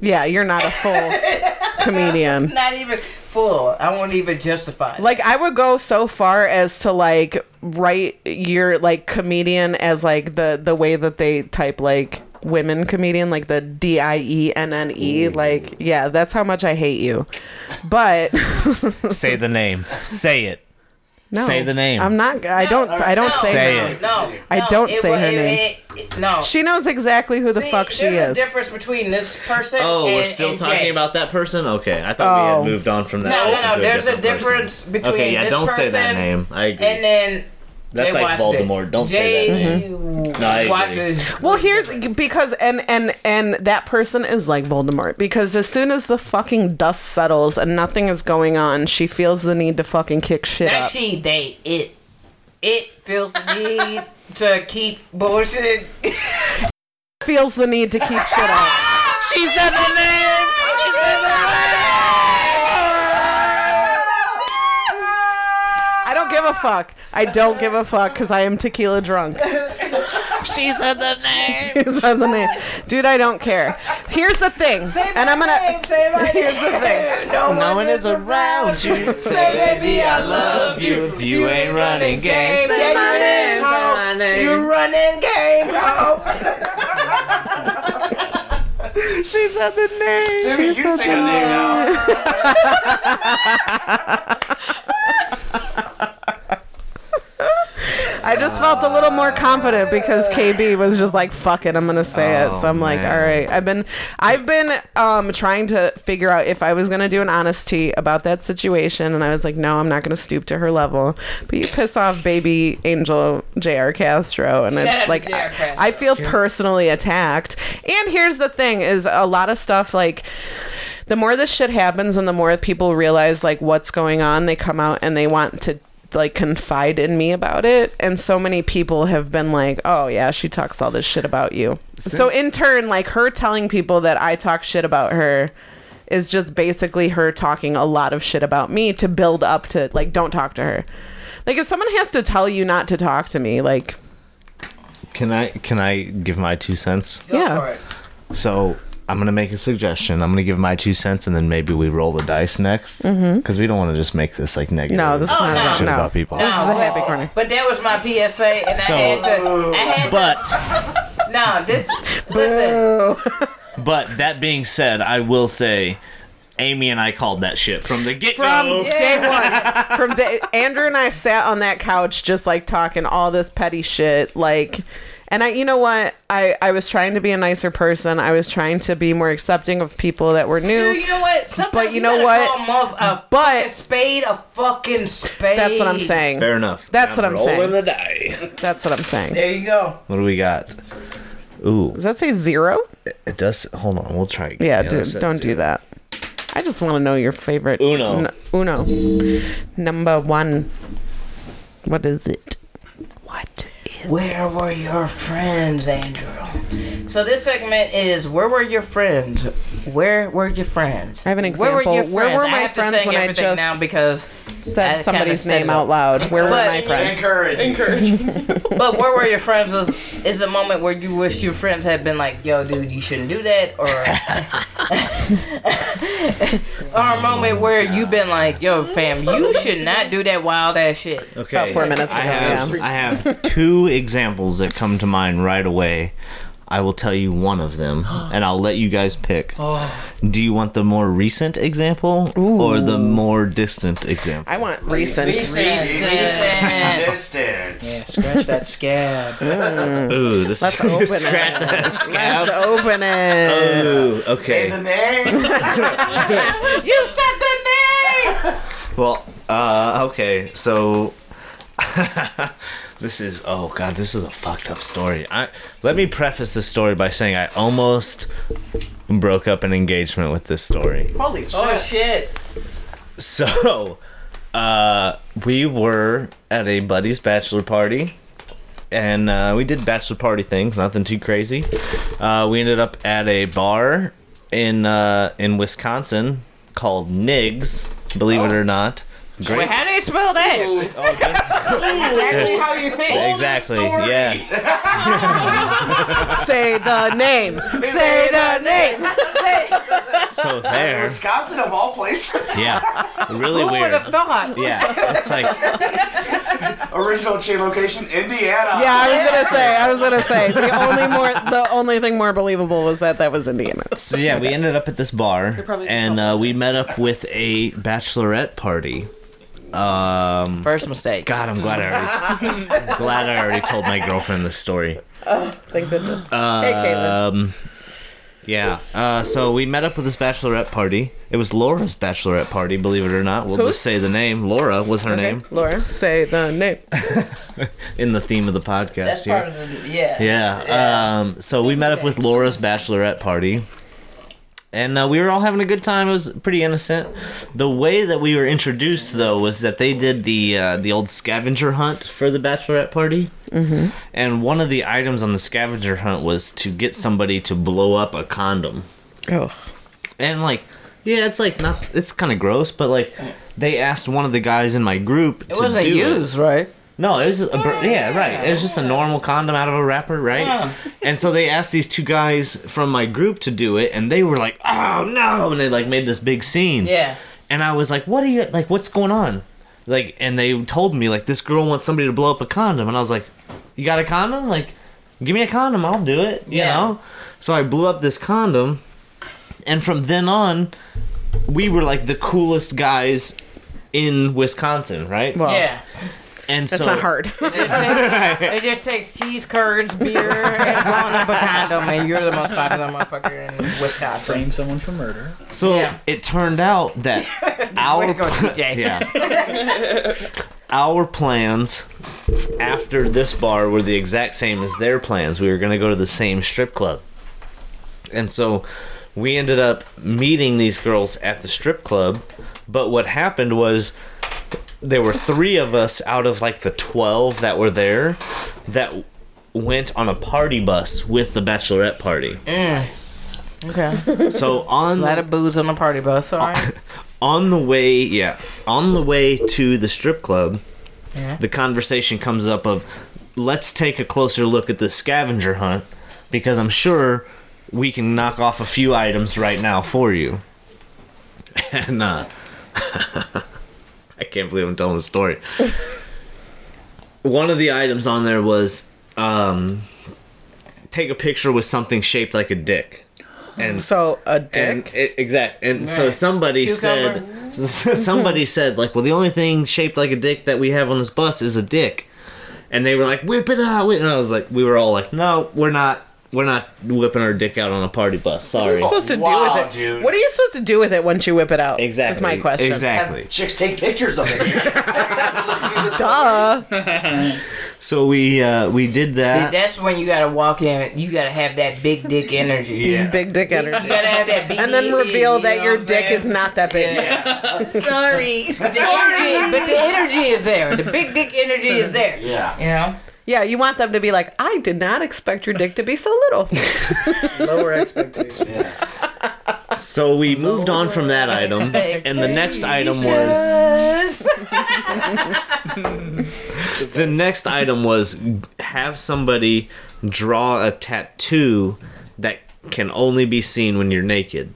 yeah, you're not a full comedian. Not even full. I won't even justify. it. Like I would go so far as to like write your like comedian as like the the way that they type like women comedian like the D I E N N E like yeah that's how much I hate you, but Say the name. Say it. no Say the name. I'm not I don't I don't No, say, Say her it. name. No, I no, don't it say wa- her it- name. it- no. She knows exactly who the See, fuck she there's is. a difference between this person. Oh, and, we're still and talking Jay. about that person. Okay, I thought Oh. we had moved on from that. No, no, person no, to there's a different person. difference between Okay, yeah, this don't say that person name. I agree. And then That's Jay like watched it. Voldemort. Don't Jay say that name. Mm-hmm. No, I agree. watches. Well, here's because and and and that person is like Voldemort because as soon as the fucking dust settles and nothing is going on, she feels the need to fucking kick shit That up. she they it it feels the need to keep bullshit. feels the need to keep shit up. She said the name. She said the name. I don't give a fuck. I don't give a fuck because I am tequila drunk. She said the name. Is on the name. Dude, I don't care. Here's the thing. and I'm gonna say my here's the thing. No, No one is around you. Say, baby, I love you. If you ain't running games, Say my name. You running game, ho. She said the name. Jimmy, you say the name now. I just felt a little more confident because KB was just like, "Fuck it, I'm gonna say it." So I'm like, man. "All right." I've been, I've been um, trying to figure out if I was gonna do an honesty about that situation, and I was like, "No, I'm not gonna stoop to her level." But you piss off baby angel Jr. Castro, and Shout out it, to like, J.R. I, Castro. I feel personally attacked. And here's the thing: is a lot of stuff like the more this shit happens and the more people realize like what's going on they come out and they want to like confide in me about it and so many people have been like oh yeah she talks all this shit about you so in turn like her telling people that i talk shit about her is just basically her talking a lot of shit about me to build up to like don't talk to her like if someone has to tell you not to talk to me like Mm-hmm. Can I can I give my two cents? Go Yeah. for it. So I'm gonna make a suggestion. I'm gonna give my two cents, and then maybe we roll the dice next, because mm-hmm. we don't want to just make this like negative. no this is Oh, no. not shit no. about people. this is a happy corner But that was my PSA, and So- I had to. I had But to. No, this. Listen. but that being said, I will say, Amy and I called that shit from the get from go. day one. From day, Andrew and I sat on that couch just like talking all this petty shit, like. And I, you know what? I, I was trying to be a nicer person. I was trying to be more accepting of people that were Dude, new. you know what? Sometimes But you know gotta what? Call a month a But- fucking spade a fucking spade. That's what I'm saying. Fair enough. That's what I'm saying. Rolling the die. That's what I'm saying. There you go. What do we got? Ooh, Does that say zero? it does. Hold on, we'll try. again. Yeah, that dude, said don't zero. do that. I just want to know your favorite Uno. n- uno. Number one. What is it? What is? Where were your friends, Andrew? So this segment is where were your friends? Where were your friends? I have an example. Where were my I have to friends sing when I everything just- now because Said I somebody's kinda said name it. out loud. Where were But- my friends? Encourage. but where were your friends was is a moment where you wish your friends had been like, yo, dude, you shouldn't do that, or or a moment where you've been like, yo, fam, you should not do that wild ass shit. Okay. About four minutes I ago, have, I have two examples that come to mind right away. I will tell you one of them, and I'll let you guys pick. Oh. Do you want the more recent example or the more distant example? I want recent. Recent. Distance. Scratch that scab. Ooh, this Mm. Let's open it. scratch that Let's scab. open it. Ooh, Say the Oh, okay. name. you said the name. Well, uh, okay. So this is oh god, this is a fucked up story. I let me preface this story by saying I almost broke up an engagement with this story. Holy shit. Oh shit. So, uh, we were at a buddy's bachelor party, and uh, we did bachelor party things. Nothing too crazy. Uh, we ended up at a bar in uh, in Wisconsin called Nigs. Believe it or not. Great. Oh. How do you spell that? There's- How you think? exactly. Yeah. Say the name. Say the name. So there. Wisconsin of all places. Yeah. Really Who would weird. have thought? Yeah. It's like Original chain location, Indiana. Yeah, I was gonna say. I was gonna say. The only more, the only thing more believable was that that was Indiana. So yeah, we ended up at this bar, probably- and uh, we met up with a bachelorette party. Um, First mistake. God, I'm glad I already, I'm glad I already told my girlfriend this story. Thank goodness. hey, Caitlin. Um, yeah. Uh, so we met up with this bachelorette party. It was Laura's bachelorette party, believe it or not. We'll Who's? just say the name. Laura was her name Laura, say the name. in the theme of the podcast. That's here. part of the yeah. Yeah. Um, so we met up with Laura's bachelorette party. And uh, we were all having a good time. It was pretty innocent. The way that we were introduced, though, was that they did the uh, the old scavenger hunt for the bachelorette party. Mm-hmm. And one of the items on the scavenger hunt was to get somebody to blow up a condom Oh, and like yeah it's like not it's kind of gross but like they asked one of the guys in my group It to wasn't do it. used, right? No, it was a, bur- yeah, right. It was just a normal condom out of a wrapper, right? Yeah. And so they asked these two guys from my group to do it, and they were like, "Oh no!" and they like made this big scene. Yeah. And I was like, "What are you like? What's going on?" Like, and they told me like this girl wants somebody to blow up a condom, and I was like, "You got a condom? Like, give me a condom. I'll do it." You Yeah. know. So I blew up this condom, and from then on, we were like the coolest guys in Wisconsin, right? Well, Yeah. and that's so not hard. It just, takes, it just takes cheese curds, beer, and blowing up a condom, and you're the most popular motherfucker in Wisconsin. Frame someone for murder. So Yeah. it turned out that Way our to go, pl- TJ. yeah our plans after this bar were the exact same as their plans. We were going to go to the same strip club, and so we ended up meeting these girls at the strip club. But what happened was there were three of us out of like the 12 that were there that went on a party bus with the bachelorette party. Mm. Okay. So on A lot of booze on the party bus, alright? on the way yeah on the way to the strip club Yeah. the conversation comes up of let's take a closer look at this scavenger hunt because i'm sure we can knock off a few items right now for you and uh i can't believe i'm telling the story one of the items on there was um take a picture with something shaped like a dick and so a and dick. it, exact and so Right. somebody Cucumber. said hmm. somebody said like well the only thing shaped like a dick that we have on this bus is a dick and they were like whip it out whip-" and i was like we were all like no we're not we're not whipping our dick out on a party bus sorry what are you supposed to do Wow, with it? dude. What are you supposed to do with it once you whip it out? exactly That's my question. exactly Have chicks take pictures of it. Listening to this- Duh. so we uh we did See, that that's when you gotta walk in, you gotta have that big dick energy. Yeah. Big dick You energy. gotta have that big And then reveal that your dick is not that big. Sorry. But the, energy, but the energy is there. The big dick energy is there. Yeah. You know? Yeah, you want them to be like, I did not expect your dick to be so little. Lower expectations. so we moved on from that item and the next item was the next item was have somebody draw a tattoo that can only be seen when you're naked.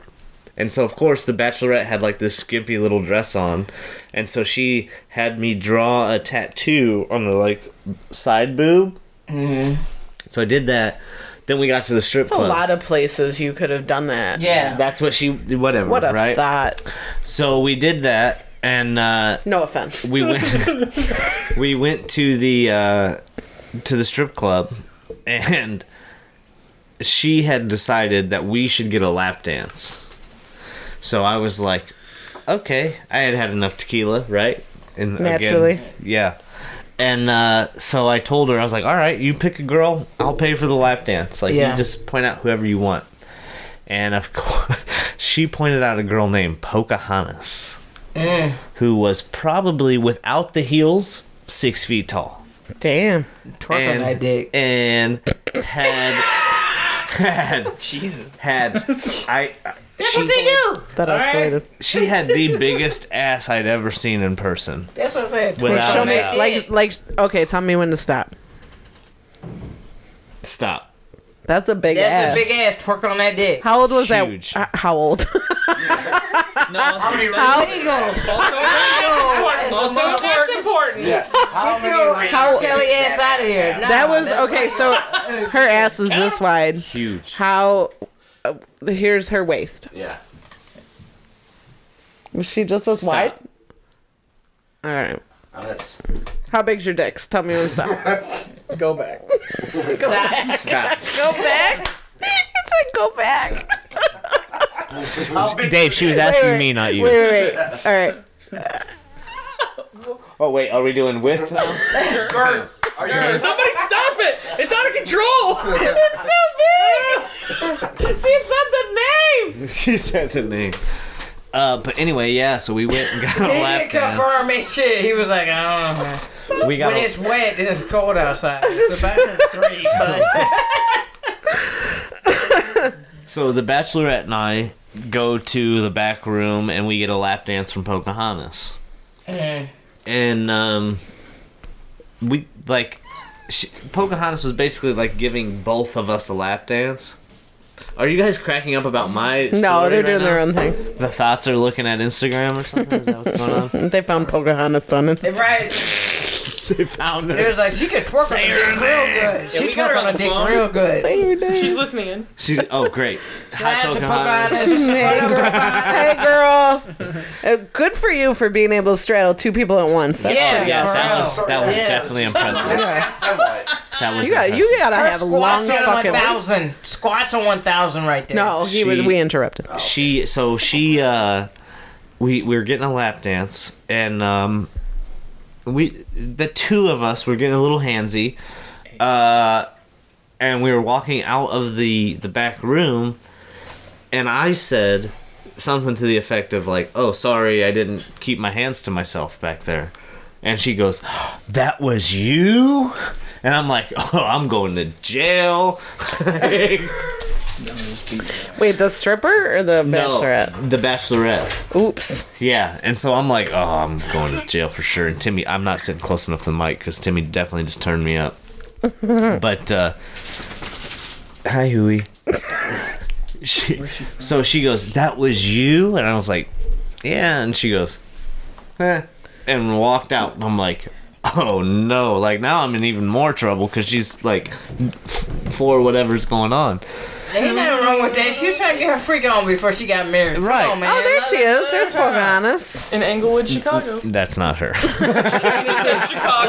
And so, of course, the bachelorette had like this skimpy little dress on. And so she had me draw a tattoo on the like side boob. Mm-hmm. So I did that. Then we got to the strip a club. lot of places you could have done that. Yeah. That's what she, whatever, What a right? thought. So we did that. And, uh, No offense. we went we went to the uh, to the strip club and she had decided that we should get a lap dance so i was like okay i had had enough tequila right and again, Naturally. yeah and uh, so i told her i was like all right you pick a girl i'll pay for the lap dance like Yeah. you just point out whoever you want and of course she pointed out a girl named pocahontas who was probably without the heels six feet tall Damn. Twerk on that dick. and had had Jesus. had I That's she, what they do. That All right. escalated. she had the biggest ass I'd ever seen in person. That's what I'm saying. Twerk Without on Show me, that like, dick. like, okay, tell me when to stop. Stop. That's a big That's ass. a big ass twerk on that dick. How old was Huge. that? h- How old? No, how many How- Also So that's important. How Throw many How- Kelly ass out of here. Nah, that was that's okay. So her ass is this wide. Huge. How? Uh, here's her waist. Yeah. Was she just this wide? All right. Now that's- How big's your dicks? Tell me when to stop. Go back. not- Stop. go back. He said go back. Dave, she was asking me, not you. Wait, wait, wait. All right. Oh wait, are we doing with now? Are you guys Somebody stop it! It's out of control! It's so big. she said the name. she said the name. Uh, but anyway, yeah. So we went and got a He lap didn't dance. confirm it shit. He was like, I don't know. man. We got When a, it's wet, it's cold outside. It's about three, but so the bachelorette and I go to the back room and we get a lap dance from Pocahontas. Eh. and um, we like she, Pocahontas was basically like giving both of us a lap dance. Are you guys cracking up about my? No, story they're right doing their now? own thing. The thoughts are looking at Instagram or something. Is that what's going on? They found Pocahontas on it. Right. they found It her. was like she could twerk on a dick real good. She we got twerk her on on a the dick phone. real good. Hey, you're dead. She's listening in. She, oh, great. Hi, Shout out to Pocahontas. Hey girl. hey girl, Uh, good for you for being able to straddle two people at once. That's Yeah, pretty Oh, Yes, for that real. was that was Yeah. definitely impressive. That was You got impressive. you gotta Her have long squats on fucking. one thousand. Squats on one thousand right there. No, he was. She- We interrupted. she so she uh we we were getting a lap dance and um we the two of us were getting a little handsy uh and we were walking out of the the back room and i said something to the effect of like oh sorry i didn't keep my hands to myself back there and she goes that was you and i'm like oh i'm going to jail Wait, the stripper or the No, bachelorette? the bachelorette Oops. Yeah, and so I'm like, oh, I'm going to jail for sure. And Timmy, I'm not sitting close enough to the mic because Timmy definitely just turned me up. but uh, hi, Huey. she, so she goes, that was you, and I was like, yeah, and she goes, eh, and walked out. And I'm like, oh no, like now I'm in even more trouble because she's like, f- for whatever's going on. Ain't nothing wrong with that. She was trying to get her freak on before she got married. Right. Come on, man. Oh, there she is. There's Pocahontas. In Englewood, Chicago. That's not her. Chicago.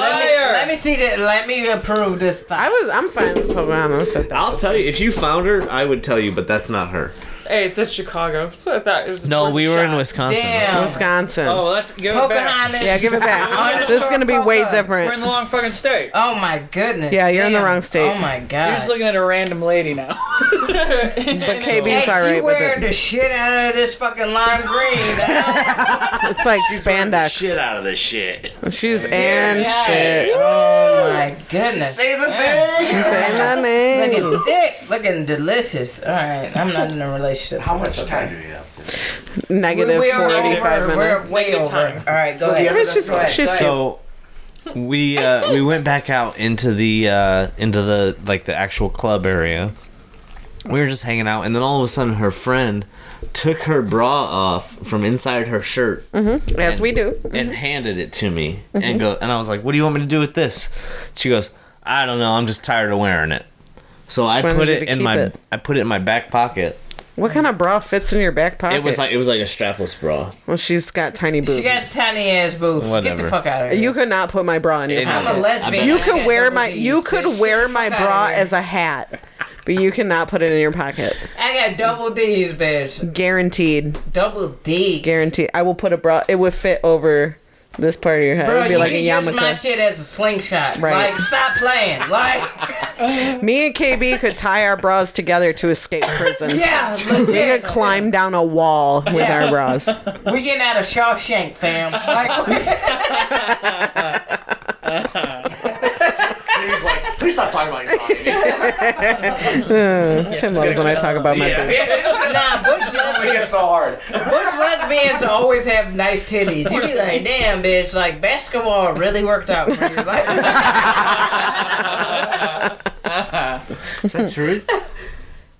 Let me see that. Let me approve this thing. I was. I'm fine with Pocahontas. I thought. I'll tell you if you found her, I would tell you, but that's not her. Hey, it says Chicago. So I thought it was. a No, worth we were in shot. Wisconsin. Damn. Wisconsin. Oh, let's give it back. Pocahontas. Yeah, give it back. this is gonna be way We're in different. the wrong fucking state. Oh my goodness. Yeah, you're in the Damn. wrong state. Oh my You're god. just looking at a random lady now. But KB's Hey, she alright with wearing it. the shit out of this fucking lime green. dog. It's like spandex. out of this shit. She's and Yeah. shit. Oh my goodness. Say the thing. Say my name. Looking thick, looking delicious. All right, I'm not in a relationship. How much time do we have? To? Negative We are 45 over. minutes. We're way over. time. All right, go So the ahead. other- It's just- Go ahead, she's So we uh, we went back out into the uh, into the like the actual club area. We were just hanging out, and then all of a sudden, her friend took her bra off from inside her shirt as Mm-hmm. we do. Mm-hmm. and handed it to me, and go. And I was like, "What do you want me to do with this?" She goes, "I don't know. I'm just tired of wearing it." So I wanted put you it to in keep my it. I put it in my back pocket. What kind of bra fits in your back pocket? It was like it was like a strapless bra. well, she's got tiny boobs. She got tiny ass boobs. Get Whatever. the fuck out of here. you could not put my bra in your It- pocket. I'm a lesbian. You I could got wear double my D's, you could bitch. wear my Fuck outta bra here. as a hat, but you cannot put it in your pocket. I got double D's, bitch. Guaranteed, Double D. guaranteed. I will put a bra. It would fit over this part of your head. it Bro, would be you like can a use my yarmulke. shit as a slingshot. Right. Like, stop playing. Like, Me and KB could tie our bras together to escape prison. yeah, We could legit. climb down a wall with Yeah. our bras. we getting out of Shawshank, fam. Like, He's like, please stop talking about your body. He Tim loves when I talk about my boobs. nah, Bush lesbians, gets so hard. Bush lesbians always have nice titties. You be like, damn, bitch, like, basketball really worked out for you. Like, Is that true?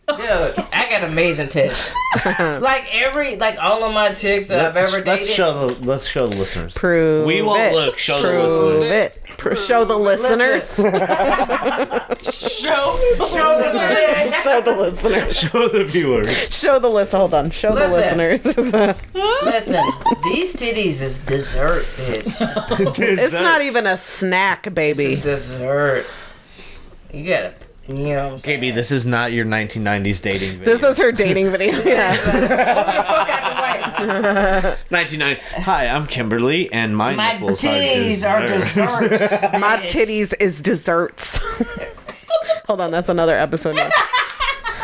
Dude, I got amazing tits. like every, like all of my chicks that I've ever dated. Let's show the let's show the listeners. Prove We won't it. look. Show the Prove listeners. it. Pr- show the listeners. show the tits. show the listeners. Show the viewers. Show the list. Hold on. Show Listen. the listeners. Listen, these titties is dessert, bitch. it's not even a snack, baby. Dessert. You gotta, you know. What I'm saying? KB, this is not your 1990s dating video. This is her dating video. Yeah. Fuck out the way. 1990. Hi, I'm Kimberly, and my, My nipples are titties are dessert. desserts. My titties is desserts. Hold on, that's another episode. now.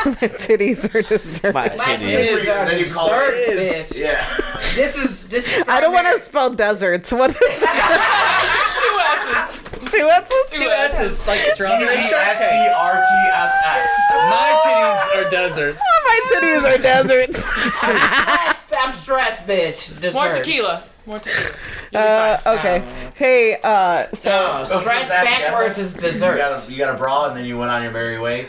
My titties are desserts. My My titties. titties are Then you call it desserts, bitch. Yeah. This is this. Is I don't want to spell deserts. What is that? Two S's. Two S's? Two S's, like strawberry shortcake. E-S-E-R-T-S-S. My titties are deserts. My titties are deserts. I'm stressed. I'm stressed, bitch. Desserts. More tequila. More tequila. Uh, okay. Hey, uh, so No, stress backwards is You desserts. got, a, you got a bra and then you went on your merry way.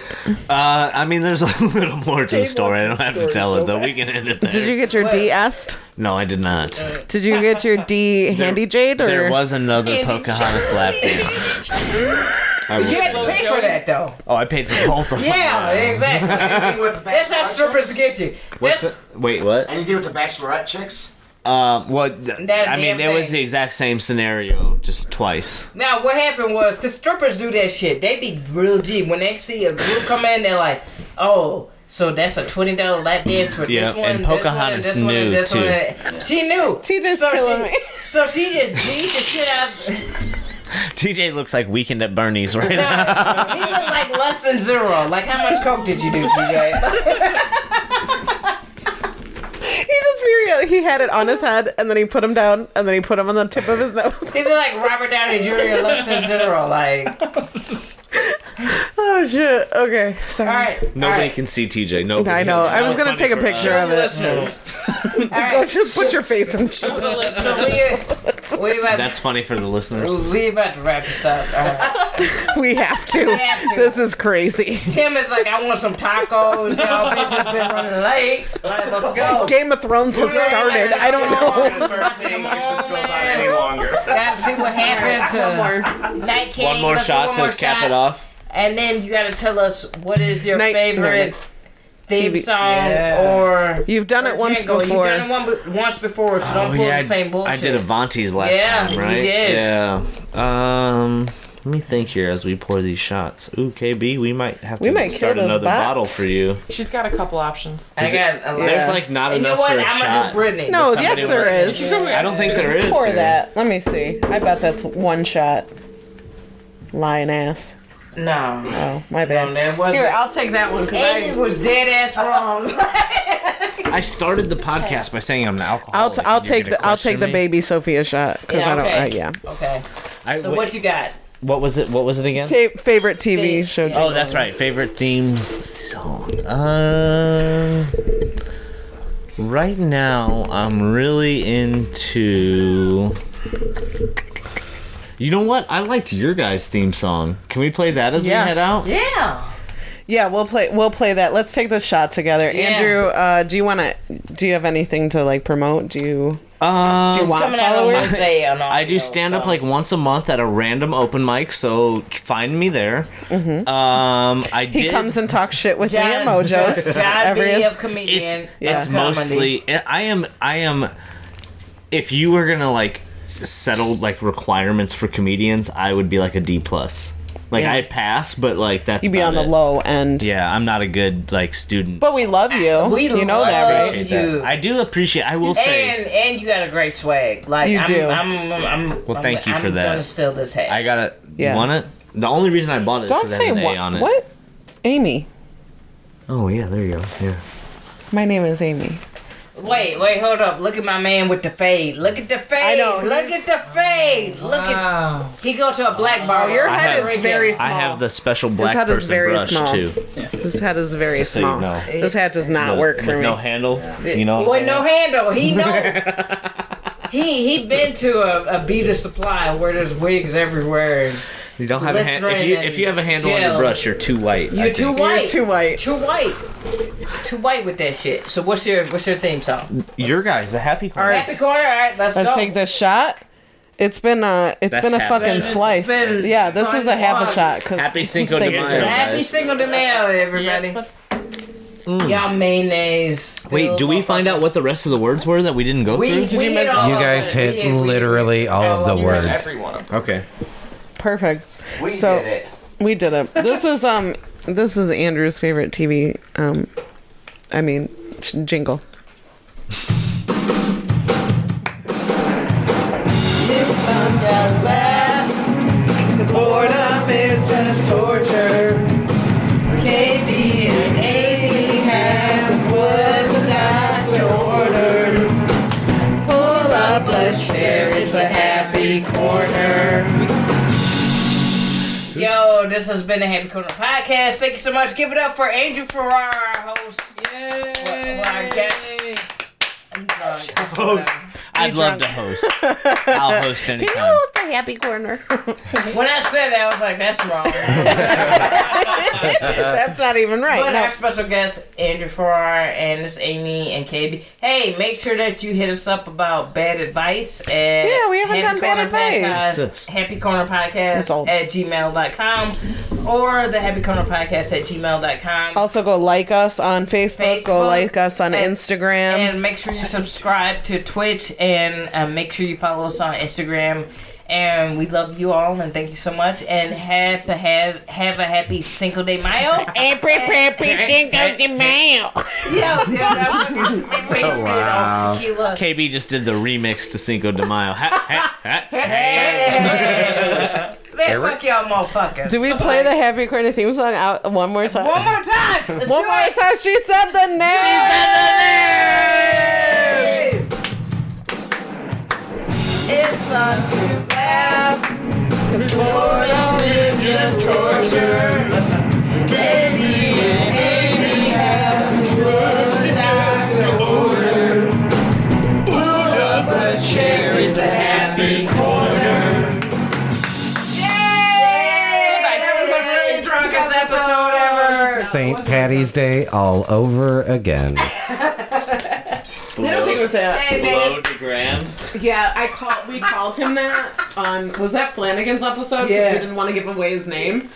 Uh, I mean, there's a little more to the Dave story. I don't wants have the to story tell so it though. bad. We can end it there. did you get your D S? No, I did not. Did you get your D handy jade or There was another Pocahontas lap dance. I will You had say to that. pay for that though. Oh, I paid for both of them. Yeah, exactly. Anything with the That's how bachelorette strippers chicks? get you. What's That's- it? Wait, what? Anything with the bachelorette chicks? Um, well, th- That I mean, damn it was thing. the exact same scenario, just twice. Now, what happened was the strippers do that shit. They be real G. When they see a group come in, they're like, oh. So that's a twenty dollar lap dance for Yeah, this one, and this one, Pocahontas this one, knew, and this one. too. and- She knew. She just so killing she, me. So she just beat the shit out. of- TJ looks like Weekend at Bernie's right now. He looked like less than zero. Like how much coke did you do, TJ? he just really uh, he had it on his head and then he put him down and then he put him on the tip of his nose. He looked like Robert Downey Jr. less than zero. Like oh shit. Okay. Sorry. all right, all Nobody right, can see TJ. Nobody. I know. I That was gonna funny take a for picture us. of it. Listeners. all Go right. just put your face in. So we we about That's funny for the listeners. we about to wrap this up. All right. We have to. have to. This is crazy. Tim is like, I want some tacos. Y'all bitches been running late. Like, let's go. Game of Thrones has started. I don't know. I'm gonna start seeing if this goes on any longer. Gotta see what happened to Night King. One more Let's do shot one to more cap shot. it off. And then you gotta tell us what is your Night- favorite no, theme TV. song Yeah. or. You've done it once jingle. before. You've done it one, be- once before, so don't pull Oh, I, the same bullshit. I did Avanti's last Yeah, time, you right? did. Yeah. Um, let me think here as we pour these shots. Ooh, KB, we might have to We might start kill those another bots. bottle for you. She's got a couple options. I got a lot. There's like not And you know enough what? for a I'm gonna shot. do Britney. No, Somebody yes there would- is. I don't think there is. Pour here. that. Let me see. I bet that's one shot. Lion ass. no, Oh, my no, bad. there wasn't. Here, I'll take that one and it because I. was dead ass wrong. I started the podcast by saying I'm an alcoholic. I'll, t- I'll and you're take gonna the I'll take question the me? baby Sophia shot because Yeah, I don't okay. uh, yeah. okay, I- so wait, what you got? what was it? What was it again? Ta- favorite TV Fa- show. yeah. Oh, that's right. Favorite themes song. Uh, right now, I'm really into. You know what? I liked your guys' theme song. Can we play that as Yeah. we head out? Yeah. Yeah, we'll play we'll play that. Let's take the shot together. Andrew, uh, do you want to? Do you have anything to like promote? Do you? Uh, Do you want coming out on followers? Wednesday. On I do stand up like once a month at a random open mic, so find me there. Um, I Mm-hmm. He did. comes and talks shit with me and Mojos. John every- B. of comedian. it's Yeah. it's Comedy. mostly i am i am if you were gonna like settle like requirements for comedians i would be like a d plus like Yeah. i pass but like that's You'd be on the about it. low end. yeah i'm not a good like student But we love you. We you know love that, right? Appreciate you. that. i do appreciate i will say and and you got a great swag. Like You I'm, do. I'm, I'm, I'm, Well, thank I'm, you for I'm that. Gonna steal this hat. i gotta Yeah. want it the only reason i bought it is Don't because it say has an what. a on it What? Amy. oh yeah there you go yeah My name is Amy. wait, wait, hold up. Look at my man with the fade. Look at the fade. know, Look at he's- the fade. Look at Wow. he go to a black bar. Your I head have- is very small. I have the special black head is person very brush small. too. His head is very Just so you small. know. This hat does not With- work with for me. no handle. You know. with no handle. He know. he he been to a, a beater supply where there's wigs everywhere. and You don't have a hand. If Listerine you and if you have a handle on gel. your brush, you're too white. I You're too think. white. You're too white. Too white. Too white with that shit. So what's your what's your theme song? Your guys, the happy corner. Happy corner. All right, let's, Let's go. take this shot. It's been a it's That's been a half. fucking This has slice. been Yeah, this fun is a half a fun. shot. 'cause- Happy Cinco de Thank you. Mayo. Happy guys. single to mayo, everybody. Y'all mayonnaise. Mm. Wait, do we find out what the rest of the words were that we didn't go we, through? we hit all You of guys it. Oh, We hit we literally all of the words. Everyone. Okay. Perfect. We So- did it. We did it. This is um this is Andrew's favorite TV um I mean j- jingle. Boredom is just torture. KB and Amy has what the doctor ordered. Pull up a chair, it's a happy corner. Yo, this has been the Happy Corner Podcast. Thank you so much. Give it up for Angel Ferrar, our host. Well, our guest. Uh, Host. I'd love to host. I'll host anytime. Oh, the happy corner. When I said that, I was like, that's wrong. That's not even right. But No. our special guest, Andrew Farrar, and it's Amy and KB. Hey, make sure that you hit us up about bad advice. At Yeah, we haven't done bad advice. Podcast, Happy Corner It's old. Podcast at gmail.com or the Happy Corner Podcast at gmail.com. Also, go like us on Facebook. Go Facebook like us on and- Instagram. And make sure you subscribe to Twitch and uh, make sure you follow us on Instagram. And we love you all and thank you so much. And have have have a happy Cinco de Mayo. Yo, dude, I'm fucking wasted off tequila. KB just did the remix to Cinco de Mayo. Ha, ha, ha, hey. Man, fuck y'all motherfuckers. Do we play the happy corner theme song out one more time? one more time? Let's One do more it. time. She said the name. It's not too bad. Boredom is just torture. Baby and Amy have to work out order. Pull up a chair is the happy corner. Yay! That was a really drunkest episode ever. St. Patty's Day all over again. I don't think it was that. Hey, man. Hello to Graham. Yeah, I called. We called him that on was that Flanagan's episode because Yeah. we didn't want to give away his name.